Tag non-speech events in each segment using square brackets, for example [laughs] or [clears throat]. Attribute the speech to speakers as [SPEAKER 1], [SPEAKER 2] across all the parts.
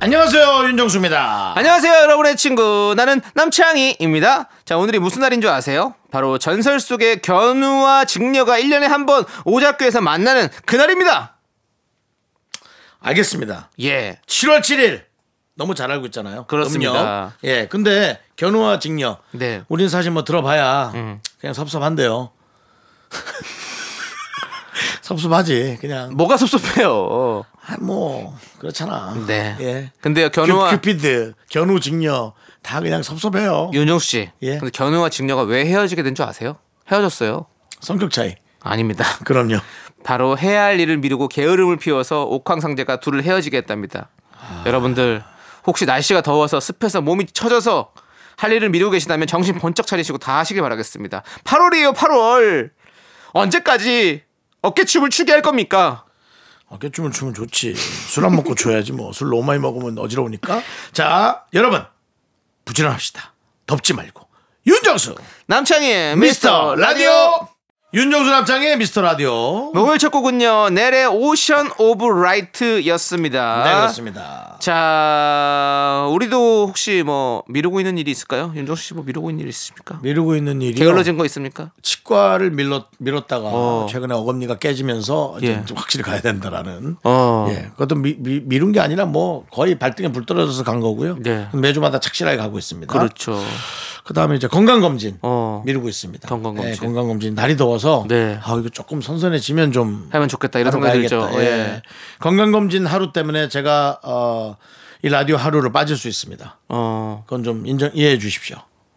[SPEAKER 1] 안녕하세요 윤정수입니다.
[SPEAKER 2] 안녕하세요, 여러분의 친구. 나는 남창희입니다. 자, 오늘이 무슨 날인 줄 아세요? 바로 전설 속의 견우와 직녀가 1년에 한 번 오작교에서 만나는 그날입니다.
[SPEAKER 1] 알겠습니다.
[SPEAKER 2] 예.
[SPEAKER 1] 7월 7일 너무 잘 알고 있잖아요. 음력.
[SPEAKER 2] 그렇습니다.
[SPEAKER 1] 예, 근데 견우와 직녀.
[SPEAKER 2] 네. 음.
[SPEAKER 1] 우린 사실 뭐 들어봐야 그냥 섭섭한데요. [laughs] 섭섭하지 그냥
[SPEAKER 2] 뭐가 섭섭해요.
[SPEAKER 1] 아, 뭐 그렇잖아.
[SPEAKER 2] 네.
[SPEAKER 1] 예.
[SPEAKER 2] 근데요, 견우와
[SPEAKER 1] 견우와 큐피드, 견우 직녀 다 그냥 섭섭해요.
[SPEAKER 2] 윤정수 씨.
[SPEAKER 1] 예.
[SPEAKER 2] 근데 견우와 직녀가 왜 헤어지게 된 줄 아세요? 헤어졌어요.
[SPEAKER 1] 성격 차이.
[SPEAKER 2] 아닙니다.
[SPEAKER 1] 그럼요.
[SPEAKER 2] 바로 해야 할 일을 미루고 게으름을 피워서 옥황상제가 둘을 헤어지게 했답니다. 여러분들 혹시 날씨가 더워서 습해서 몸이 처져서 할 일을 미루고 계시다면 정신 번쩍 차리시고 다 하시길 바라겠습니다. 8월이에요, 8월. 언제까지 어깨춤을 추게 할 겁니까?
[SPEAKER 1] 아, 어깨춤을 추면 좋지. 술 안 먹고 줘야지 뭐. 술 너무 많이 먹으면 어지러우니까. 자, 여러분. 부지런합시다. 덥지 말고. 윤정수.
[SPEAKER 2] 남창희의
[SPEAKER 1] 미스터 라디오. 윤정수 남창의 미스터 라디오. 네,
[SPEAKER 2] 목요일 첫 곡은요. 넬의 오션 오브 라이트였습니다.
[SPEAKER 1] 네, 그렇습니다.
[SPEAKER 2] 자, 우리도 혹시 뭐 미루고 있는 일이 있을까요? 윤정수 씨 뭐 미루고 있는 일 있습니까?
[SPEAKER 1] 미루고 있는 일이
[SPEAKER 2] 게을러진 거 있습니까?
[SPEAKER 1] 치과를 밀러, 밀었다가
[SPEAKER 2] 어.
[SPEAKER 1] 최근에 어금니가 깨지면서 이제
[SPEAKER 2] 예.
[SPEAKER 1] 좀 확실히 가야 된다라는
[SPEAKER 2] 어.
[SPEAKER 1] 예, 그것도 미, 룬게 아니라 뭐 거의 발등에 불 떨어져서 간 거고요.
[SPEAKER 2] 네.
[SPEAKER 1] 매주마다 착실하게 가고 있습니다.
[SPEAKER 2] 그렇죠.
[SPEAKER 1] 그다음에 이제 건강 검진
[SPEAKER 2] 어.
[SPEAKER 1] 아, 미루고 있습니다.
[SPEAKER 2] 건강검진.
[SPEAKER 1] 예, 건강검진 날이 더워서
[SPEAKER 2] 네.
[SPEAKER 1] 아 이거 조금 선선해지면 좀
[SPEAKER 2] 하면 좋겠다 이런 생각이 들죠.
[SPEAKER 1] 알아봐야겠다.
[SPEAKER 2] 예.
[SPEAKER 1] 예. 건강검진 하루 때문에 제가 어, 이 라디오 하루를 빠질 수 있습니다.
[SPEAKER 2] 어,
[SPEAKER 1] 그건 좀 인정 이해해 주십시오.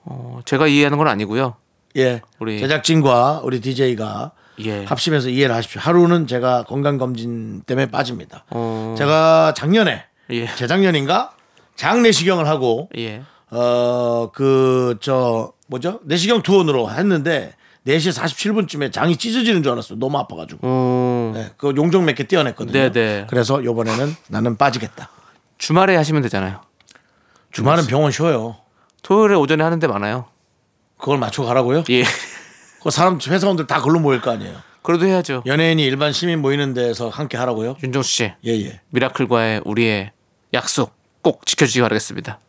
[SPEAKER 2] 어, 제가 이해하는 건 아니고요.
[SPEAKER 1] 예.
[SPEAKER 2] 우리-
[SPEAKER 1] 제작진과 우리 DJ가
[SPEAKER 2] 예.
[SPEAKER 1] 합심해서 이해를 하십시오. 하루는 제가 건강검진 때문에 빠집니다.
[SPEAKER 2] 어.
[SPEAKER 1] 제가 작년에
[SPEAKER 2] 예.
[SPEAKER 1] 재작년인가 장내시경을 하고
[SPEAKER 2] 예.
[SPEAKER 1] 어, 그, 저, 뭐죠? 내시경 투혼으로 했는데, 4시 47분쯤에 장이 찢어지는 줄 알았어요. 너무 아파가지고.
[SPEAKER 2] 어,
[SPEAKER 1] 네, 그 용종 몇 개 떼어냈거든요.
[SPEAKER 2] 네네.
[SPEAKER 1] 그래서 요번에는 나는 빠지겠다.
[SPEAKER 2] 주말에 하시면 되잖아요.
[SPEAKER 1] 주말은 병원 쉬어요.
[SPEAKER 2] 토요일에 오전에 하는데 많아요.
[SPEAKER 1] 그걸 맞춰 가라고요?
[SPEAKER 2] 예. [laughs]
[SPEAKER 1] 그 사람, 회사원들 다 걸로 모일 거 아니에요.
[SPEAKER 2] 그래도 해야죠.
[SPEAKER 1] 연예인이 일반 시민 모이는 데에서 함께 하라고요?
[SPEAKER 2] 윤정수 씨,
[SPEAKER 1] 예, 예.
[SPEAKER 2] 미라클과의 우리의 약속 꼭 지켜주시기 바라겠습니다.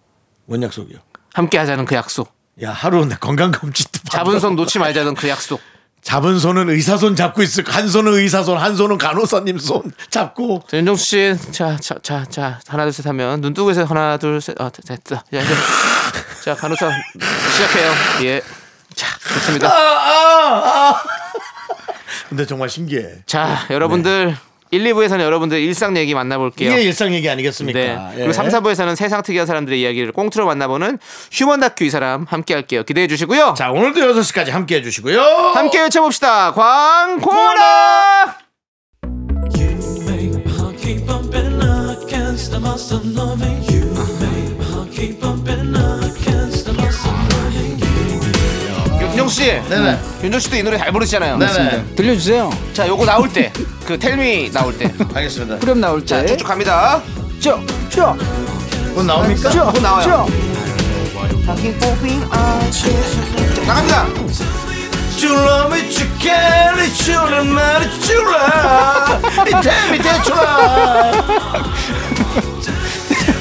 [SPEAKER 1] 뭔 약속이요?
[SPEAKER 2] 함께 하자는 그 약속.
[SPEAKER 1] 야, 하루는 내 건강검진도
[SPEAKER 2] 잡은 손 놓지 말자는 그 약속.
[SPEAKER 1] 잡은 손은 의사 손 잡고 있을, 한 손은 의사 손, 한 손은 간호사님 손 잡고.
[SPEAKER 2] 자, 윤정수 씨, 자, 자, 자, 자, 하나, 둘, 셋 하면 눈 뜨고 해서 하나, 둘, 셋, 아, 됐다. 자, 이제. 자, 간호사 시작해요. 예. 자, 좋습니다.
[SPEAKER 1] 아, 아, 아. 근데 정말 신기해.
[SPEAKER 2] 자, 여러분들 1, 2부에서는 여러분들 일상 얘기 만나볼게요.
[SPEAKER 1] 이게 일상 얘기
[SPEAKER 2] 네.
[SPEAKER 1] 아니겠습니까? 예.
[SPEAKER 2] 그리고 3, 4부에서는 세상 특이한 사람들의 이야기를 꽁트로 만나보는 휴먼 다큐 이 사람 함께 할게요. 기대해 주시고요.
[SPEAKER 1] 자, 오늘도 6시까지 함께 해주시고요.
[SPEAKER 2] 함께 외쳐봅시다. 광고라!
[SPEAKER 3] make my heart keep bumping against the must of loving you. Make my heart keep bumping against the must of loving you.
[SPEAKER 2] 윤정 씨.
[SPEAKER 1] 네네.
[SPEAKER 2] 윤정 씨도 이 노래 잘 부르시잖아요.
[SPEAKER 1] 네네.
[SPEAKER 4] 들려주세요.
[SPEAKER 2] 자, 요거 나올 때. 그 텔미 나올 때.
[SPEAKER 1] [laughs] 알겠습니다.
[SPEAKER 4] 그럼 나올
[SPEAKER 2] 자,
[SPEAKER 4] 때.
[SPEAKER 2] 쭉쭉 갑니다.
[SPEAKER 4] 쭉, 쭉,
[SPEAKER 1] 곧 나옵니까?
[SPEAKER 4] 쭉,
[SPEAKER 2] 또 어, 나와요.
[SPEAKER 4] 쭉.
[SPEAKER 2] 나갑니다.
[SPEAKER 1] You love me, you care, you love me, you love me. Tell me that you love.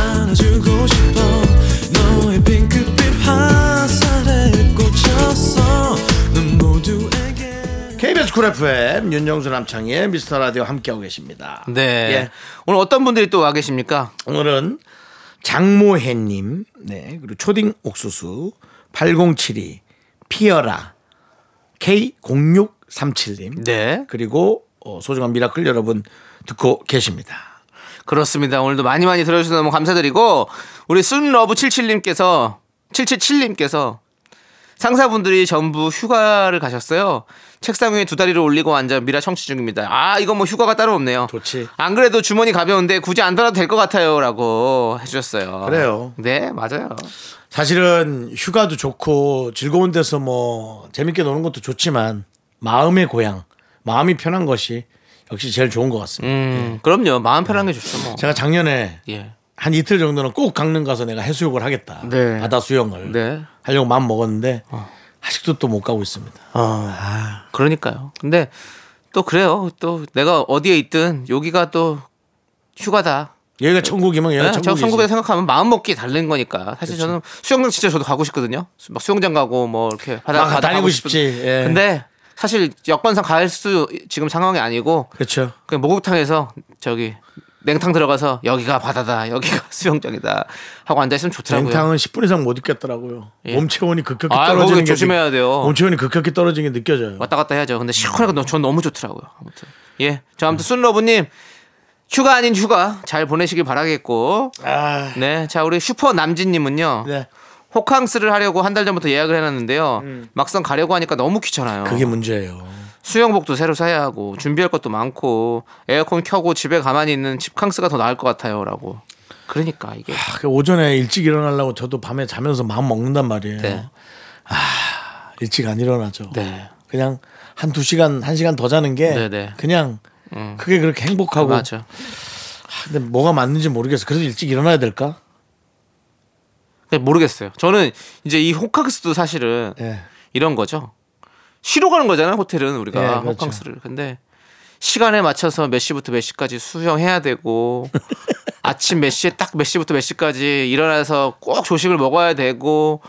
[SPEAKER 3] 안아주고 싶어 너의 핑크빛 화살에 꽂혔어 넌 모두에게
[SPEAKER 1] KBS 쿨 FM 윤정수 남창희의 미스터 라디오 함께하고 계십니다.
[SPEAKER 2] 네.
[SPEAKER 1] 예.
[SPEAKER 2] 오늘 어떤 분들이 또 와 계십니까?
[SPEAKER 1] 오늘은 장모혜님, 네, 그리고 초딩 옥수수, 8072, 피어라, K0637님,
[SPEAKER 2] 네.
[SPEAKER 1] 그리고 어, 소중한 미라클 여러분 듣고 계십니다.
[SPEAKER 2] 그렇습니다. 오늘도 많이 많이 들어주셔서 너무 감사드리고 우리 순러브77님께서 777님께서 상사분들이 전부 휴가를 가셨어요. 책상 위에 두 다리를 올리고 앉아 미라 청취 중입니다. 아, 이건 뭐 휴가가 따로 없네요.
[SPEAKER 1] 좋지.
[SPEAKER 2] 안 그래도 주머니 가벼운데 굳이 안 달아도 될 것 같아요라고 해주셨어요.
[SPEAKER 1] 그래요.
[SPEAKER 2] 네, 맞아요.
[SPEAKER 1] 사실은 휴가도 좋고 즐거운 데서 뭐 재밌게 노는 것도 좋지만 마음의 고향, 마음이 편한 것이 역시 제일 좋은 것 같습니다.
[SPEAKER 2] 음, 그럼요. 마음 편한
[SPEAKER 1] 네.
[SPEAKER 2] 게 좋죠. 뭐.
[SPEAKER 1] 제가 작년에
[SPEAKER 2] 예.
[SPEAKER 1] 한 이틀 정도는 꼭 강릉 가서 내가 해수욕을 하겠다.
[SPEAKER 2] 네.
[SPEAKER 1] 바다 수영을
[SPEAKER 2] 네. 어.
[SPEAKER 1] 하려고 마음 먹었는데 아직도 또 못 가고 있습니다.
[SPEAKER 2] 그러니까요. 근데 또 그래요. 또 내가 어디에 있든 여기가 또 휴가다.
[SPEAKER 1] 여기가 천국이면
[SPEAKER 2] 네,
[SPEAKER 1] 여기가
[SPEAKER 2] 저
[SPEAKER 1] 천국이지.
[SPEAKER 2] 천국에 생각하면 마음 먹기 다른 거니까. 사실
[SPEAKER 1] 그렇죠.
[SPEAKER 2] 저는 수영장 진짜 저도 가고 싶거든요. 수- 막 수영장 가고 뭐 이렇게 바다
[SPEAKER 1] 막
[SPEAKER 2] 바다
[SPEAKER 1] 다니고
[SPEAKER 2] 가고
[SPEAKER 1] 싶지. 예.
[SPEAKER 2] 근데 사실 여건상 갈 수 지금 상황이 아니고
[SPEAKER 1] 그렇죠.
[SPEAKER 2] 그냥 목욕탕에서 저기 냉탕 들어가서 여기가 바다다. 여기가 [laughs] 수영장이다 하고 앉아 있으면 좋더라고요.
[SPEAKER 1] 냉탕은 10분 이상 못 있겠더라고요.
[SPEAKER 2] 예.
[SPEAKER 1] 몸 체온이 급격히
[SPEAKER 2] 아,
[SPEAKER 1] 떨어지는
[SPEAKER 2] 거기
[SPEAKER 1] 게
[SPEAKER 2] 조심해야
[SPEAKER 1] 느-
[SPEAKER 2] 돼요.
[SPEAKER 1] 몸 체온이 급격히 떨어지는 게 느껴져요.
[SPEAKER 2] 왔다 갔다 해야죠. 근데 시원하게 너무- 전 너무 좋더라고요. 아무튼 예, 저 아무튼
[SPEAKER 1] 네.
[SPEAKER 2] 순러브님 휴가 아닌 휴가 잘 보내시길 바라겠고
[SPEAKER 1] 아,
[SPEAKER 2] 네, 자 우리 슈퍼 남진님은요
[SPEAKER 1] 네.
[SPEAKER 2] 호캉스를 하려고 한 달 전부터 예약을 해놨는데요. 막상 가려고 하니까 너무 귀찮아요.
[SPEAKER 1] 그게 문제예요.
[SPEAKER 2] 수영복도 새로 사야 하고 준비할 것도 많고 에어컨 켜고 집에 가만히 있는 집캉스가 더 나을 것 같아요라고. 그러니까 이게
[SPEAKER 1] 아, 그 오전에 일찍 일어나려고 저도 밤에 자면서 마음 먹는단 말이에요.
[SPEAKER 2] 네.
[SPEAKER 1] 일찍 안 일어나죠.
[SPEAKER 2] 네.
[SPEAKER 1] 그냥 한 두 시간, 한 시간 더 자는 게
[SPEAKER 2] 네, 네.
[SPEAKER 1] 그냥 그게 그렇게 행복하고.
[SPEAKER 2] 맞아.
[SPEAKER 1] 근데 뭐가 맞는지 모르겠어. 그래서 일찍 일어나야 될까?
[SPEAKER 2] 근데 네, 모르겠어요. 저는 이제 이 호캉스도 사실은
[SPEAKER 1] 예.
[SPEAKER 2] 이런 거죠. 쉬러 가는 거잖아요, 호텔은 우리가
[SPEAKER 1] 예, 그렇죠.
[SPEAKER 2] 호캉스를. 근데 시간에 맞춰서 몇 시부터 몇 시까지
[SPEAKER 1] [laughs]
[SPEAKER 2] 수영해야 되고 아침 몇 시에 딱 몇 시부터 몇 시까지 일어나서 꼭 조식을 먹어야 되고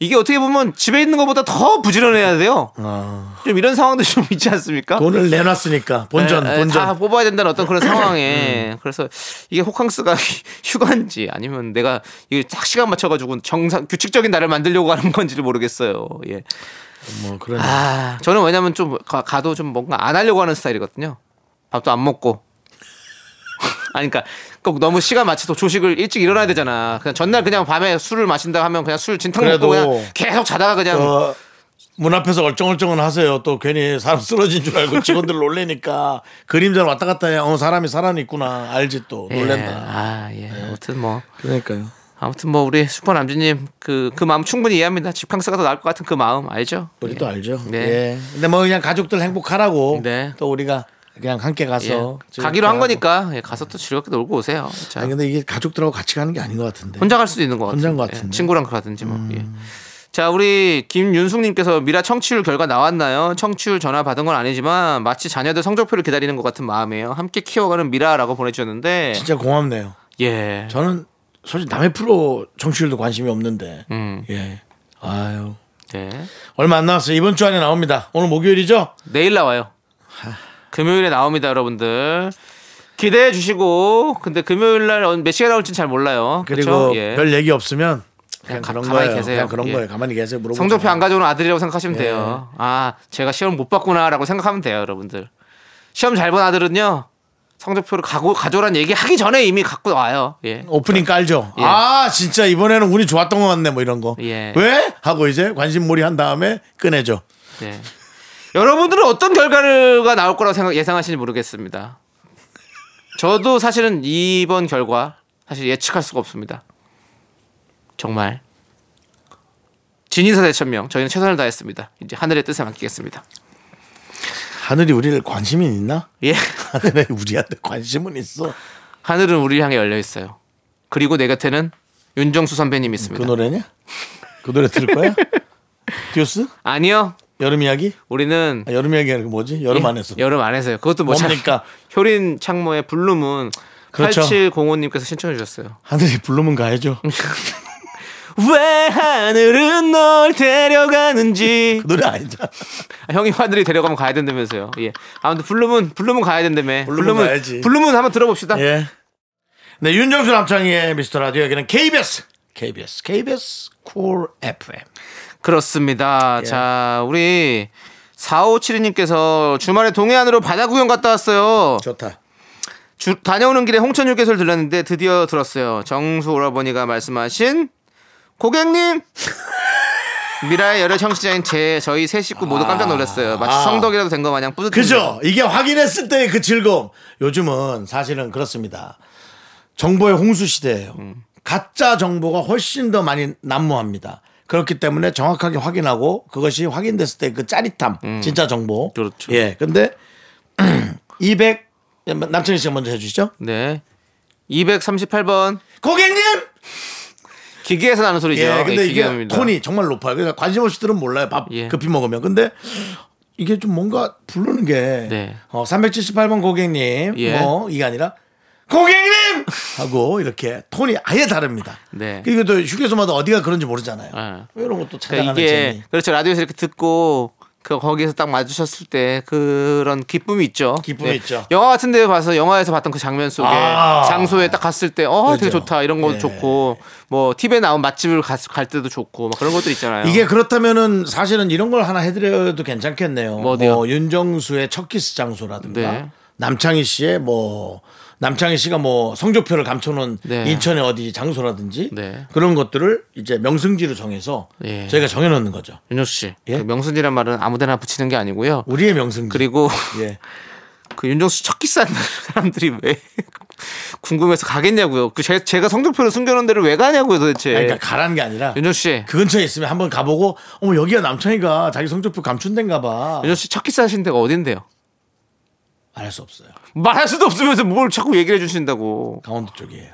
[SPEAKER 2] 이게 어떻게 보면 집에 있는 것보다 더 부지런해야 돼요. 좀 이런 상황도 좀 있지 않습니까?
[SPEAKER 1] 아. 돈을 내놨으니까 본전,
[SPEAKER 2] 예, 예,
[SPEAKER 1] 본전. 음.
[SPEAKER 2] 다 뽑아야 된다는 어떤 그런
[SPEAKER 1] [laughs]
[SPEAKER 2] 상황에 그래서 이게 호캉스가 [laughs] 휴가인지 아니면 내가 이게 딱 시간 맞춰가지고 정상 규칙적인 나를 만들려고 하는 건지를 모르겠어요. 예.
[SPEAKER 1] 뭐 그런.
[SPEAKER 2] 아, 저는 왜냐면 좀 가, 가도 좀 뭔가 안 하려고 하는 스타일이거든요. 밥도 안 먹고. [laughs] 아니, 그러니까 꼭 너무 시간 맞춰서 조식을 일찍 일어나야 되잖아. 그냥 전날 그냥 밤에 술을 마신다 하면 그냥 술 진탕
[SPEAKER 1] 그래도
[SPEAKER 2] 먹고 그냥 계속 자다가 그냥
[SPEAKER 1] 어, 문 앞에서 얼쩡얼쩡은 하세요. 또 괜히 사람 쓰러진 줄 알고 직원들 놀래니까 그림자를 왔다 갔다 해. 어, 사람이 살아있구나. 알지 또.
[SPEAKER 2] 예,
[SPEAKER 1] 놀란다. 네.
[SPEAKER 2] 아, 예. 아무튼 뭐
[SPEAKER 1] 그러니까요.
[SPEAKER 2] 아무튼 뭐 우리 슈퍼 남주님 그, 그 마음 충분히 이해합니다. 집캉스가 더 나을 것 같은 그 마음 알죠?
[SPEAKER 1] 우리도
[SPEAKER 2] 예.
[SPEAKER 1] 알죠.
[SPEAKER 2] 네.
[SPEAKER 1] 예. 근데 뭐 그냥 가족들 행복하라고
[SPEAKER 2] 네.
[SPEAKER 1] 또 우리가 그냥 함께
[SPEAKER 2] 예.
[SPEAKER 1] 가서 즐겁게
[SPEAKER 2] 가기로 한
[SPEAKER 1] 하고.
[SPEAKER 2] 거니까 예, 가서 또 즐겁게 놀고 오세요. 자.
[SPEAKER 1] 아니 근데 이게 가족들하고 같이 가는 게 아닌 것 같은데.
[SPEAKER 2] 네. 혼자 갈 수도 있는 것 같아요.
[SPEAKER 1] 혼자인 것 같은데. 음.
[SPEAKER 2] 친구랑 가든지 뭐. 예. 자, 우리 김윤숙님께서 미라 청취율 결과 나왔나요? 청취율 전화 받은 건 아니지만 마치 자녀들 성적표를 기다리는 것 같은 마음이에요. 함께 키워가는 미라라고 보내주셨는데,
[SPEAKER 1] 진짜 고맙네요.
[SPEAKER 2] 예,
[SPEAKER 1] 저는 솔직히 남의 프로 정치율도 관심이 없는데.
[SPEAKER 2] 음.
[SPEAKER 1] 예. 아유.
[SPEAKER 2] 예.
[SPEAKER 1] 얼마 안 남았어요. 이번 주 안에 나옵니다. 오늘 목요일이죠?
[SPEAKER 2] 내일 나와요. 금요일에 나옵니다, 여러분들. 기대해 주시고, 근데 금요일 날 몇 시에 나올지는 잘 몰라요.
[SPEAKER 1] 그리고
[SPEAKER 2] 그쵸? 예.
[SPEAKER 1] 별 얘기 없으면 그냥
[SPEAKER 2] 그냥 가-
[SPEAKER 1] 그런
[SPEAKER 2] 가만히
[SPEAKER 1] 거예요.
[SPEAKER 2] 계세요.
[SPEAKER 1] 그냥 그런
[SPEAKER 2] 예.
[SPEAKER 1] 거예요. 가만히 계세요. 물어보
[SPEAKER 2] 성적표 안 가져오는 아들이라고 생각하시면 돼요. 아, 제가 시험 못 봤구나라고 생각하면 돼요, 여러분들. 시험 잘 본 아들은요, 성적표를 가고 가져오란 얘기 하기 전에 이미 갖고 와요. 예.
[SPEAKER 1] 오프닝 깔죠.
[SPEAKER 2] 예.
[SPEAKER 1] 아 진짜 이번에는 운이 좋았던 것 같네 뭐 이런 거.
[SPEAKER 2] 예.
[SPEAKER 1] 왜? 하고 이제 관심몰이 한 다음에 꺼내죠.
[SPEAKER 2] 예. 여러분들은 어떤 결과가 나올 거라고 생각 예상하시는지 모르겠습니다. 저도 사실은 이번 결과 사실 예측할 수가 없습니다. 정말 진인사 대천명 저희는 최선을 다했습니다. 이제 하늘의 뜻에 맡기겠습니다.
[SPEAKER 1] 하늘이 우리를 관심이 있나? [laughs]
[SPEAKER 2] 예.
[SPEAKER 1] 하늘에 우리한테 관심은 있어.
[SPEAKER 2] 하늘은 우리를 향해 열려 있어요. 그리고 내 곁에는 윤정수 선배님
[SPEAKER 1] 그
[SPEAKER 2] 있습니다.
[SPEAKER 1] 노래냐? 그 노래 들을 거야? 듀스?
[SPEAKER 2] 아니요,
[SPEAKER 1] 여름 이야기?
[SPEAKER 2] 우리는
[SPEAKER 1] 아, 여름 이야기 아니고 뭐지? 여름 안에서.
[SPEAKER 2] 예, 여름 안에서요. 그것도 뭐
[SPEAKER 1] 뭡니까?
[SPEAKER 2] 참- [laughs] 효린 창모의 블루문
[SPEAKER 1] 그렇죠.
[SPEAKER 2] 8705님께서 신청해 주셨어요.
[SPEAKER 1] 하늘이 부르면 가야죠. 그 그렇죠.
[SPEAKER 2] 왜 하늘은 널 데려가는지
[SPEAKER 1] 그 노래 아니잖아.
[SPEAKER 2] 아, 형이 하늘이 데려가면 가야 된다면서요. 예. 아무튼 블루문 블루문 가야 된다며.
[SPEAKER 1] 블루문 가야지.
[SPEAKER 2] 블루문 한번 들어봅시다.
[SPEAKER 1] 예. 네, 윤정수 남창희의 미스터 라디오 여기는 KBS, KBS, KBS 쿨 FM. 예.
[SPEAKER 2] 그렇습니다. 자, 우리
[SPEAKER 1] 그렇죠.
[SPEAKER 2] 4572님께서 주말에 동해안으로 바다 구경 갔다 왔어요.
[SPEAKER 1] 좋다.
[SPEAKER 2] 주- 다녀오는 길에 홍천 휴게소를 들렀는데 드디어 들었어요. 정수 오라버니가 말씀하신 고객님 미라의 열혈 청취자인 제 저희 세 식구 모두 깜짝 놀랐어요. 마치
[SPEAKER 1] 아.
[SPEAKER 2] 성덕이라도 된 것 마냥 뿌듯해요.
[SPEAKER 1] 그죠? 이게 확인했을 때의 그 즐거움. 요즘은 사실은 그렇습니다. 정보의 홍수 시대예요.
[SPEAKER 2] 음.
[SPEAKER 1] 가짜 정보가 훨씬 더 많이 난무합니다. 그렇기 때문에 정확하게 확인하고 그것이 확인됐을 때 그 짜릿함, 진짜 정보.
[SPEAKER 2] 음. 그렇죠.
[SPEAKER 1] 예. 근데 [clears throat] 200 남창희 씨가 먼저 해주시죠.
[SPEAKER 2] 네. 238번
[SPEAKER 1] 고객님.
[SPEAKER 2] 기계에서 나는 소리죠.
[SPEAKER 1] 예. 근데
[SPEAKER 2] 예,
[SPEAKER 1] 이게
[SPEAKER 2] 기계음입니다.
[SPEAKER 1] 톤이 정말 높아요. 그러니까 관심 없이들은 몰라요. 밥
[SPEAKER 2] 예.
[SPEAKER 1] 급히 먹으면. 근데 이게 좀 뭔가 부르는 게
[SPEAKER 2] 네.
[SPEAKER 1] 어, 378번 고객님
[SPEAKER 2] 예.
[SPEAKER 1] 뭐 이게 아니라 고객님 하고 이렇게 톤이 아예 다릅니다.
[SPEAKER 2] 네.
[SPEAKER 1] 그리고 또 휴게소마다 어디가 그런지 모르잖아요. 뭐
[SPEAKER 2] 아.
[SPEAKER 1] 이런 것도
[SPEAKER 2] 그러니까
[SPEAKER 1] 찾아가는
[SPEAKER 2] 이게
[SPEAKER 1] 재미.
[SPEAKER 2] 그렇죠 라디오에서 이렇게 듣고 그 거기에서 딱 마주쳤을 때 그런 기쁨이 있죠. 네.
[SPEAKER 1] 기쁨이 있죠.
[SPEAKER 2] 영화 같은 데 봐서 영화에서 봤던 그 장면 속에
[SPEAKER 1] 아.
[SPEAKER 2] 장소에 딱 갔을 때 어 되게
[SPEAKER 1] 그죠.
[SPEAKER 2] 좋다 이런 것도
[SPEAKER 1] 예.
[SPEAKER 2] 좋고 뭐 TV에 나온 맛집을 가- 갈 때도 좋고 막 그런 것도 있잖아요.
[SPEAKER 1] 이게 그렇다면은 사실은 이런 걸 하나 해드려도 괜찮겠네요.
[SPEAKER 2] 뭐 어디요?
[SPEAKER 1] 윤정수의 첫 키스 장소라든가
[SPEAKER 2] 네.
[SPEAKER 1] 남창희 씨의 뭐 남창희 씨가 뭐 성적표를 감춰놓은
[SPEAKER 2] 네.
[SPEAKER 1] 인천의 어디 장소라든지
[SPEAKER 2] 네.
[SPEAKER 1] 그런 것들을 이제 명승지로 정해서
[SPEAKER 2] 예.
[SPEAKER 1] 저희가 정해놓는 거죠.
[SPEAKER 2] 윤정수 씨,
[SPEAKER 1] 예?
[SPEAKER 2] 그 명순이란 말은 아무데나 붙이는 게 아니고요.
[SPEAKER 1] 우리의 명승지.
[SPEAKER 2] 그리고 [laughs]
[SPEAKER 1] 예.
[SPEAKER 2] 그 윤정수 첫 키스한 사람들이 왜 [laughs] 궁금해서 가겠냐고요. 그 제, 제가 성적표를 숨겨놓은 데를 왜 가냐고요 도대체.
[SPEAKER 1] 아니, 그러니까 가라는 게 아니라
[SPEAKER 2] 윤정수 씨,
[SPEAKER 1] 그 근처에 있으면 한번 가보고 어머 여기가 남창희가 자기 성적표 감춘 데인가 봐.
[SPEAKER 2] 윤정수 씨첫 키스하신 데가 어딘데요?
[SPEAKER 1] 알 수 없어요.
[SPEAKER 2] 말할 수도 없으면서 뭘 자꾸 얘기를 해주신다고.
[SPEAKER 1] 강원도 쪽이에요.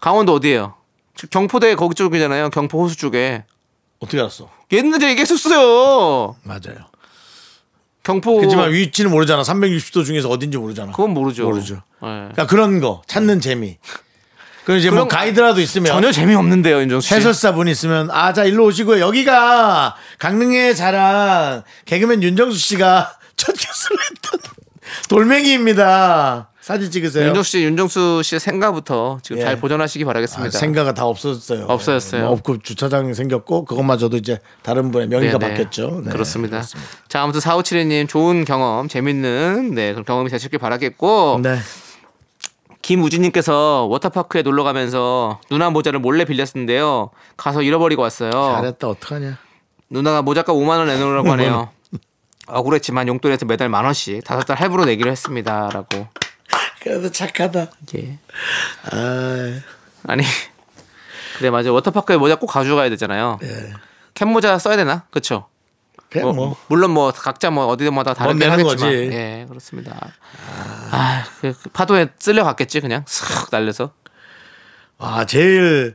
[SPEAKER 2] 강원도 어디예요? 저 경포대 거기 쪽이잖아요. 경포 호수 쪽에.
[SPEAKER 1] 어떻게 알았어?
[SPEAKER 2] 옛날에 얘기했었어요.
[SPEAKER 1] 맞아요.
[SPEAKER 2] 경포.
[SPEAKER 1] 그렇지만 위치는 모르잖아. 360도 중에서 어딘지 모르잖아.
[SPEAKER 2] 그건 모르죠.
[SPEAKER 1] 모르죠.
[SPEAKER 2] 예.
[SPEAKER 1] 그러니까 그런 거 찾는 재미. 그 이제 뭐
[SPEAKER 2] 그런-
[SPEAKER 1] 가이드라도 있으면
[SPEAKER 2] 전혀 재미없는데요, 윤정수 씨.
[SPEAKER 1] 해설사 분 있으면 아, 자 일로 오시고요. 여기가 강릉의 자랑 개그맨 윤정수 씨가 [laughs] 첫 교수를 했던 돌멩이입니다. 사진 찍으세요.
[SPEAKER 2] 윤정수 씨, 윤정수 씨의 생각부터 지금
[SPEAKER 1] 예.
[SPEAKER 2] 잘 보존하시기
[SPEAKER 1] 아,
[SPEAKER 2] 바라겠습니다.
[SPEAKER 1] 생가가 다 없어졌어요.
[SPEAKER 2] 없어졌어요.
[SPEAKER 1] 뭐 없고 주차장이 생겼고 그것마저도 이제 다른 분의 명의가
[SPEAKER 2] 네네.
[SPEAKER 1] 바뀌었죠. 네,
[SPEAKER 2] 그렇습니다. 자, 아무튼 4572님 좋은 경험, 재밌는 네, 그런 경험이 되셨길 바라겠고.
[SPEAKER 1] 네.
[SPEAKER 2] 김우진님께서 워터파크에 놀러 가면서 누나 모자를 몰래 빌렸는데요. 가서 잃어버리고 왔어요.
[SPEAKER 1] 잘했다 어떡하냐.
[SPEAKER 2] 누나가 모자값 5만 원 내놓으라고 하네요. 억울했지만 용돈에서 매달 만 원씩 다섯 달 할부로 내기로 했습니다라고.
[SPEAKER 1] 그래도 착하다.
[SPEAKER 2] 예.
[SPEAKER 1] 아,
[SPEAKER 2] 아니. 그래 맞아. 워터파크에 모자 꼭 가져가야 되잖아요.
[SPEAKER 1] 예.
[SPEAKER 2] 캔 모자 써야 되나? 그렇죠.
[SPEAKER 1] 그냥
[SPEAKER 2] 뭐,
[SPEAKER 1] 뭐
[SPEAKER 2] 물론 뭐 각자 뭐 어디마다 다르긴
[SPEAKER 1] 내는
[SPEAKER 2] 하겠지만.
[SPEAKER 1] 거지.
[SPEAKER 2] 예, 그렇습니다. 아, 그 파도에 쓸려 갔겠지 그냥 싹 날려서.
[SPEAKER 1] 아, 제일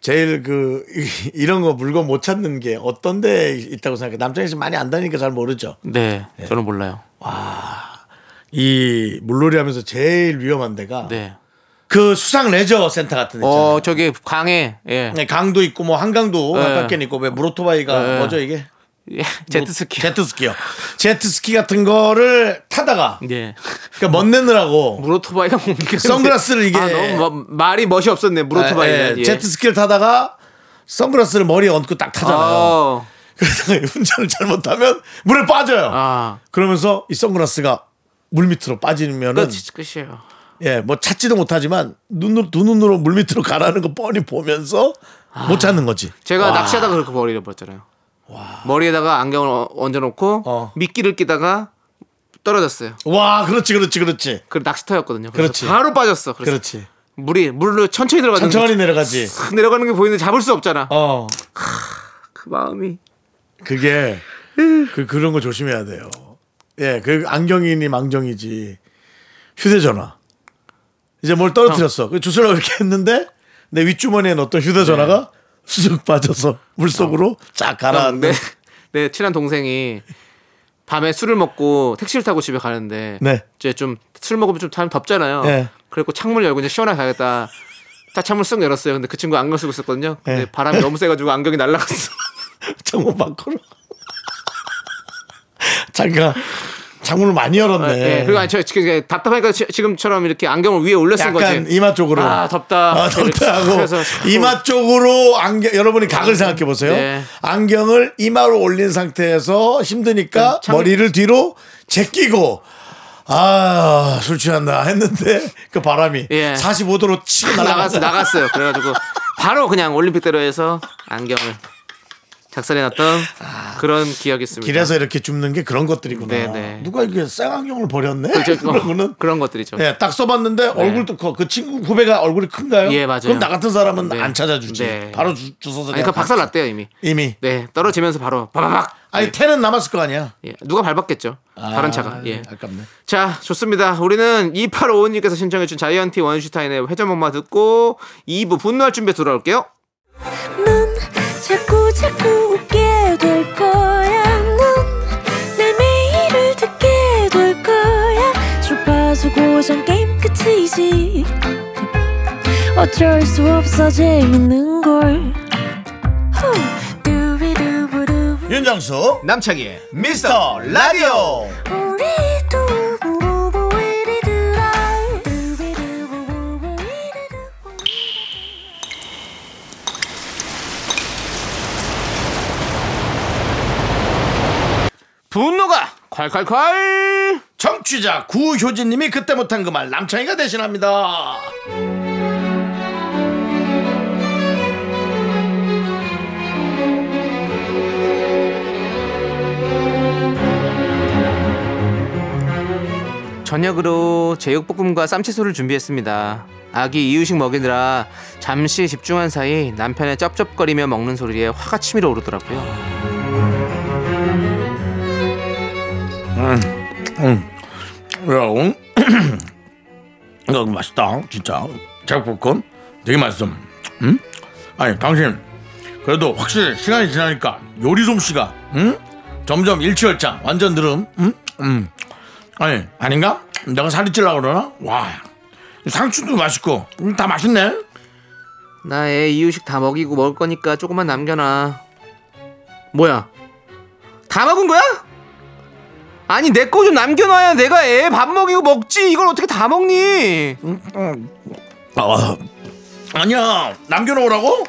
[SPEAKER 1] 제일 그 [laughs] 이- 이런 거 물건 못 찾는 게 어떤 데 있다고 생각해? 남자에서 많이 안 다니니까 잘 모르죠.
[SPEAKER 2] 네.
[SPEAKER 1] 예.
[SPEAKER 2] 저는 몰라요.
[SPEAKER 1] 이 물놀이 하면서 제일 위험한 데가
[SPEAKER 2] 네.
[SPEAKER 1] 그 수상 레저 센터 같은 데 있잖아요.
[SPEAKER 2] 어, 저기 강에 예.
[SPEAKER 1] 네, 강도 있고 뭐 한강도
[SPEAKER 2] 네.
[SPEAKER 1] 가깝게 있고 왜 무로토바이가
[SPEAKER 2] 네.
[SPEAKER 1] 뭐죠 이게?
[SPEAKER 2] 예, [laughs] 제트스키.
[SPEAKER 1] 제트스키요. 제트스키 같은 거를 타다가
[SPEAKER 2] 예.
[SPEAKER 1] 그러니까
[SPEAKER 2] 뭐
[SPEAKER 1] 멋내느라고
[SPEAKER 2] 무로토바이가 뭡니까?
[SPEAKER 1] 선글라스를 이게-
[SPEAKER 2] 아, 너무 마- 말이 멋이 없었네. 무로토바이.
[SPEAKER 1] 예, 예. 제트스키를 타다가 선글라스를 머리에 얹고 딱 타잖아요.
[SPEAKER 2] 아,
[SPEAKER 1] 그래서 운전을 잘못하면 물에 빠져요.
[SPEAKER 2] 아.
[SPEAKER 1] 그러면서 이 선글라스가 물 밑으로 빠지면은
[SPEAKER 2] 끝 끝이에요.
[SPEAKER 1] 예, 뭐 찾지도 못하지만 눈으로 두 눈으로 물 밑으로 가라는 거 뻔히 보면서 못 찾는 거지.
[SPEAKER 2] 제가 낚시하다가 그렇게 머리를 잃어버렸잖아요. 머리에다가 안경을 어- 얹어놓고
[SPEAKER 1] 어.
[SPEAKER 2] 미끼를 끼다가 떨어졌어요.
[SPEAKER 1] 와, 그렇지, 그렇지, 그렇지.
[SPEAKER 2] 그 낚시터였거든요. 그래서
[SPEAKER 1] 그렇지.
[SPEAKER 2] 바로 빠졌어. 그래서
[SPEAKER 1] 그렇지.
[SPEAKER 2] 물이 물로 천천히 들어가는
[SPEAKER 1] 천천히 내려가지.
[SPEAKER 2] 탁 내려가는 게 보이는데 잡을 수 없잖아.
[SPEAKER 1] 어,
[SPEAKER 2] 그 마음이
[SPEAKER 1] 그게 그 그런 거 조심해야 돼요. 예, 그 안경이니 망정이지. 휴대전화. 이제 뭘 떨어뜨렸어. 그 주소를 이렇게 했는데 내 윗주머니에 넣었던 휴대전화가 수쑥 빠져서 물 속으로 쫙 가라앉는.
[SPEAKER 2] 내, 내 아, 네. 친한 동생이 밤에 술을 먹고 택시를 타고 집에 가는데
[SPEAKER 1] 네.
[SPEAKER 2] 이제 좀 술 먹으면 좀 타면 덥잖아요.
[SPEAKER 1] 네.
[SPEAKER 2] 그래갖고 창문 열고 이제 시원하게 가겠다. 딱 창문 쓱 열었어요. 근데 그 친구 안경 쓰고 있었거든요. 근데
[SPEAKER 1] 네.
[SPEAKER 2] 바람이 너무 세가지고 안경이 날라갔어.
[SPEAKER 1] 창문 밖으로. [laughs] 잠깐 창문을 많이 [laughs] 열었네.
[SPEAKER 2] 예, 그리고 아니, 저, 지금 답답하니까 지- 지금처럼 이렇게 안경을 위에 올렸은
[SPEAKER 1] 약간
[SPEAKER 2] 거지.
[SPEAKER 1] 이마 쪽으로.
[SPEAKER 2] 아, 덥다.
[SPEAKER 1] 아, 덥다 하고
[SPEAKER 2] 그래서 자꾸-
[SPEAKER 1] 이마 쪽으로 안경 여러분이 각을 생각해 보세요.
[SPEAKER 2] 네.
[SPEAKER 1] 안경을 이마로 올린 상태에서 힘드니까
[SPEAKER 2] 네, 창-
[SPEAKER 1] 머리를 뒤로 제끼고 아, 술 취한다 했는데 그 바람이
[SPEAKER 2] 예.
[SPEAKER 1] 45도로 치고 날아갔어.
[SPEAKER 2] 나갔어, 나갔어요. 그래가지고 바로 그냥 올림픽대로에서 안경을 작살해놨던 그런 기억이 있습니다.
[SPEAKER 1] 아. 길에서 이렇게 줍는 게 그런 것들이구나.
[SPEAKER 2] 네, 그렇죠. 네.
[SPEAKER 1] 누가 이게 쌍안경을 버렸네?
[SPEAKER 2] 그죠?
[SPEAKER 1] [laughs] 그러고는
[SPEAKER 2] 그런 것들이죠. 네.
[SPEAKER 1] 예, 딱 써봤는데 얼굴도 커. 그 친구 후배가 얼굴이 큰가요?
[SPEAKER 2] 예, 맞아요.
[SPEAKER 1] 그럼 나 같은 사람은
[SPEAKER 2] 네.
[SPEAKER 1] 안 찾아주지.
[SPEAKER 2] 네.
[SPEAKER 1] 바로 주, 주워서.
[SPEAKER 2] 아니, 그
[SPEAKER 1] 내가
[SPEAKER 2] 박살
[SPEAKER 1] 봤지.
[SPEAKER 2] 났대요 이미.
[SPEAKER 1] 이미.
[SPEAKER 2] 네, 떨어지면서 바로 바바박.
[SPEAKER 1] 아니 태는 남았을 거 아니야.
[SPEAKER 2] 예, 누가 밟았겠죠. 다른 차가. 예.
[SPEAKER 1] 아깝네.
[SPEAKER 2] 자, 좋습니다. 우리는 2855님께서 신청해준 자이언티 원슈타인의 회전목마 듣고 2부 분노할 준비 돌아올게요.
[SPEAKER 4] 넌 자꾸 자꾸 웃게 될 거야. 넌내 매일을 듣게 될 거야. 주파수 고정 게임 끝이지. 어쩔 수 없어 재밌는 걸. 후. 두비두부두부.
[SPEAKER 1] 윤정수
[SPEAKER 2] 남창희의
[SPEAKER 1] 미스터 라디오.
[SPEAKER 4] 우리 두부부부 우리 두라. 두비두부부부 우리 두부부.
[SPEAKER 2] 분노가 콸콸콸!
[SPEAKER 1] 정취자 구효진님이 그때 못한 그 말 남창이가 대신합니다.
[SPEAKER 2] 저녁으로 제육볶음과 쌈채소를 준비했습니다. 아기 이유식 먹이느라 잠시 집중한 사이 남편의 쩝쩝거리며 먹는 소리에 화가 치밀어 오르더라고요.
[SPEAKER 1] 야, 응? [clears throat] 이거 맛있다, 진짜. 제육볶음 되게 맛있음. 응? 아니, 당신 그래도 확실히 시간이 지나니까 요리 솜씨가 응? 점점 일취월장 완전 늘음. 응? 응. 아니, 아닌가? 내가 살이 찔라 그러나? 와, 상추도 맛있고 음, 다 맛있네.
[SPEAKER 2] 나 애 이유식 다 먹이고 먹을 거니까 조금만 남겨놔. 뭐야? 다 먹은 거야? 아니 내 거 좀 남겨놔야 내가 애 밥 먹이고 먹지 이걸 어떻게 다 먹니?
[SPEAKER 1] 아, 아니야 남겨놓으라고?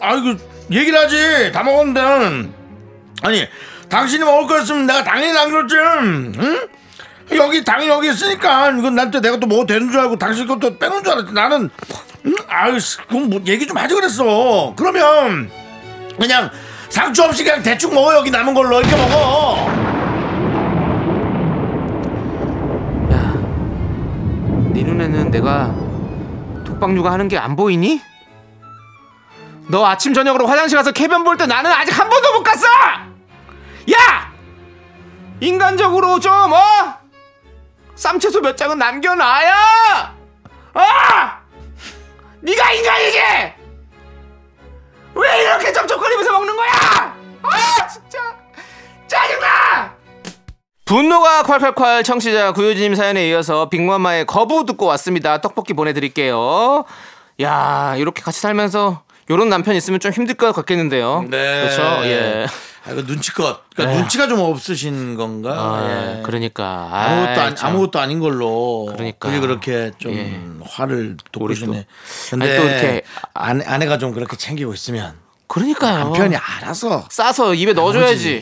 [SPEAKER 1] 아이고 얘기를 하지 다 먹었는데 아니 당신이 먹을 거였으면 내가 당연히 남겼지 응? 여기 당연히 여기 있으니까 이건 나한테 내가 또 먹어도 되는 줄 알고 당신 것도 빼놓은 줄 알았지 나는 응? 아유 씨, 그건 뭐 얘기 좀 하지 그랬어 그러면 그냥 상추 없이 그냥 대충 먹어 여기 남은 걸로 이렇게 먹어
[SPEAKER 2] 네 눈에는 내가 독박육아 하는 게 안 보이니? 너 아침 저녁으로 화장실 가서 쾌변 볼 때 나는 아직 한 번도 못 갔어! 야! 인간적으로 좀 어? 쌈채소 몇 장은 남겨놔야! 어! 네가 인간이지! 왜 이렇게 쩝쩝거리면서 먹는 거야! 아 진짜 짜증나! 분노가 콸콸콸 청취자 구효진님 사연에 이어서 빅마마의 거부 듣고 왔습니다. 떡볶이 보내드릴게요. 야 이렇게 같이 살면서 요런 남편 있으면 좀 힘들 것 같겠는데요.
[SPEAKER 1] 네.
[SPEAKER 2] 그렇죠. 예. 네.
[SPEAKER 1] 아, 이거 눈치껏 그러니까 눈치가 좀 없으신 건가
[SPEAKER 2] 아,
[SPEAKER 1] 예.
[SPEAKER 2] 그러니까
[SPEAKER 1] 아무것도 아니,
[SPEAKER 2] 참.
[SPEAKER 1] 아무것도 아닌 걸로
[SPEAKER 2] 그러니까.
[SPEAKER 1] 그게 그렇게 좀
[SPEAKER 2] 예.
[SPEAKER 1] 화를 돋구시네. 근데
[SPEAKER 2] 아니, 또 이렇게
[SPEAKER 1] 아내, 아내가 좀 그렇게 챙기고 있으면
[SPEAKER 2] 그러니까요.
[SPEAKER 1] 남편이 알아서
[SPEAKER 2] 싸서 입에 넣어줘야지.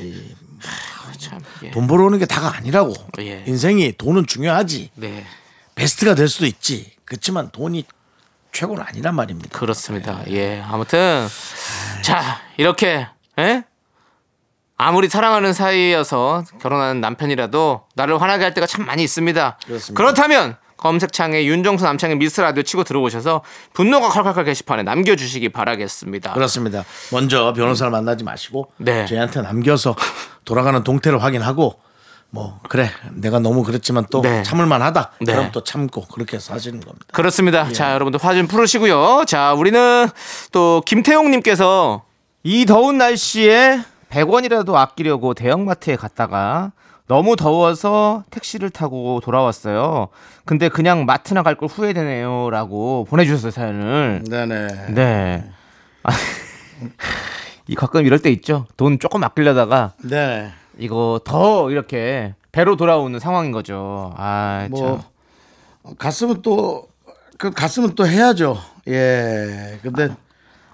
[SPEAKER 1] 하지.
[SPEAKER 2] 참. 예.
[SPEAKER 1] 돈 벌어오는 게 다가 아니라고.
[SPEAKER 2] 예.
[SPEAKER 1] 인생이 돈은 중요하지.
[SPEAKER 2] 네
[SPEAKER 1] 베스트가 될 수도 있지. 그렇지만 돈이 최고는 아니란 말입니다.
[SPEAKER 2] 그렇습니다.
[SPEAKER 1] 네.
[SPEAKER 2] 예 아무튼 자 이렇게 예? 아무리 사랑하는 사이여서 결혼하는 남편이라도 나를 화나게 할 때가 참 많이 있습니다.
[SPEAKER 1] 그렇습니다.
[SPEAKER 2] 다면 검색창에 윤정수 남창의 미스 라디오 치고 들어오셔서 분노가 칼칼칼 게시판에 남겨주시기 바라겠습니다.
[SPEAKER 1] 그렇습니다. 먼저 변호사를 만나지 마시고
[SPEAKER 2] 네.
[SPEAKER 1] 저희한테 남겨서 돌아가는 동태를 확인하고 뭐 그래 내가 너무 그랬지만 또
[SPEAKER 2] 네.
[SPEAKER 1] 참을만하다.
[SPEAKER 2] 네.
[SPEAKER 1] 그럼 또 참고 그렇게 해서 하시는 겁니다. 예.
[SPEAKER 2] 그렇습니다. 자, 여러분들 화 좀 풀으시고요. 자, 우리는 또 김태용님께서 이 더운 날씨에 100원이라도 아끼려고 대형마트에 갔다가 너무 더워서 택시를 타고 돌아왔어요. 근데 그냥 마트나 갈 걸 후회되네요. 라고 보내주셨어요, 사연을.
[SPEAKER 1] 네네.
[SPEAKER 2] 네. 아, [laughs] 이 가끔 이럴 때 있죠. 돈 조금 아끼려다가
[SPEAKER 1] 네.
[SPEAKER 2] 이거 더 이렇게 배로 돌아오는 상황인 거죠. 아, 참.
[SPEAKER 1] 뭐
[SPEAKER 2] 그렇죠.
[SPEAKER 1] 갔으면 또 그 갔으면 또 해야죠. 예. 근데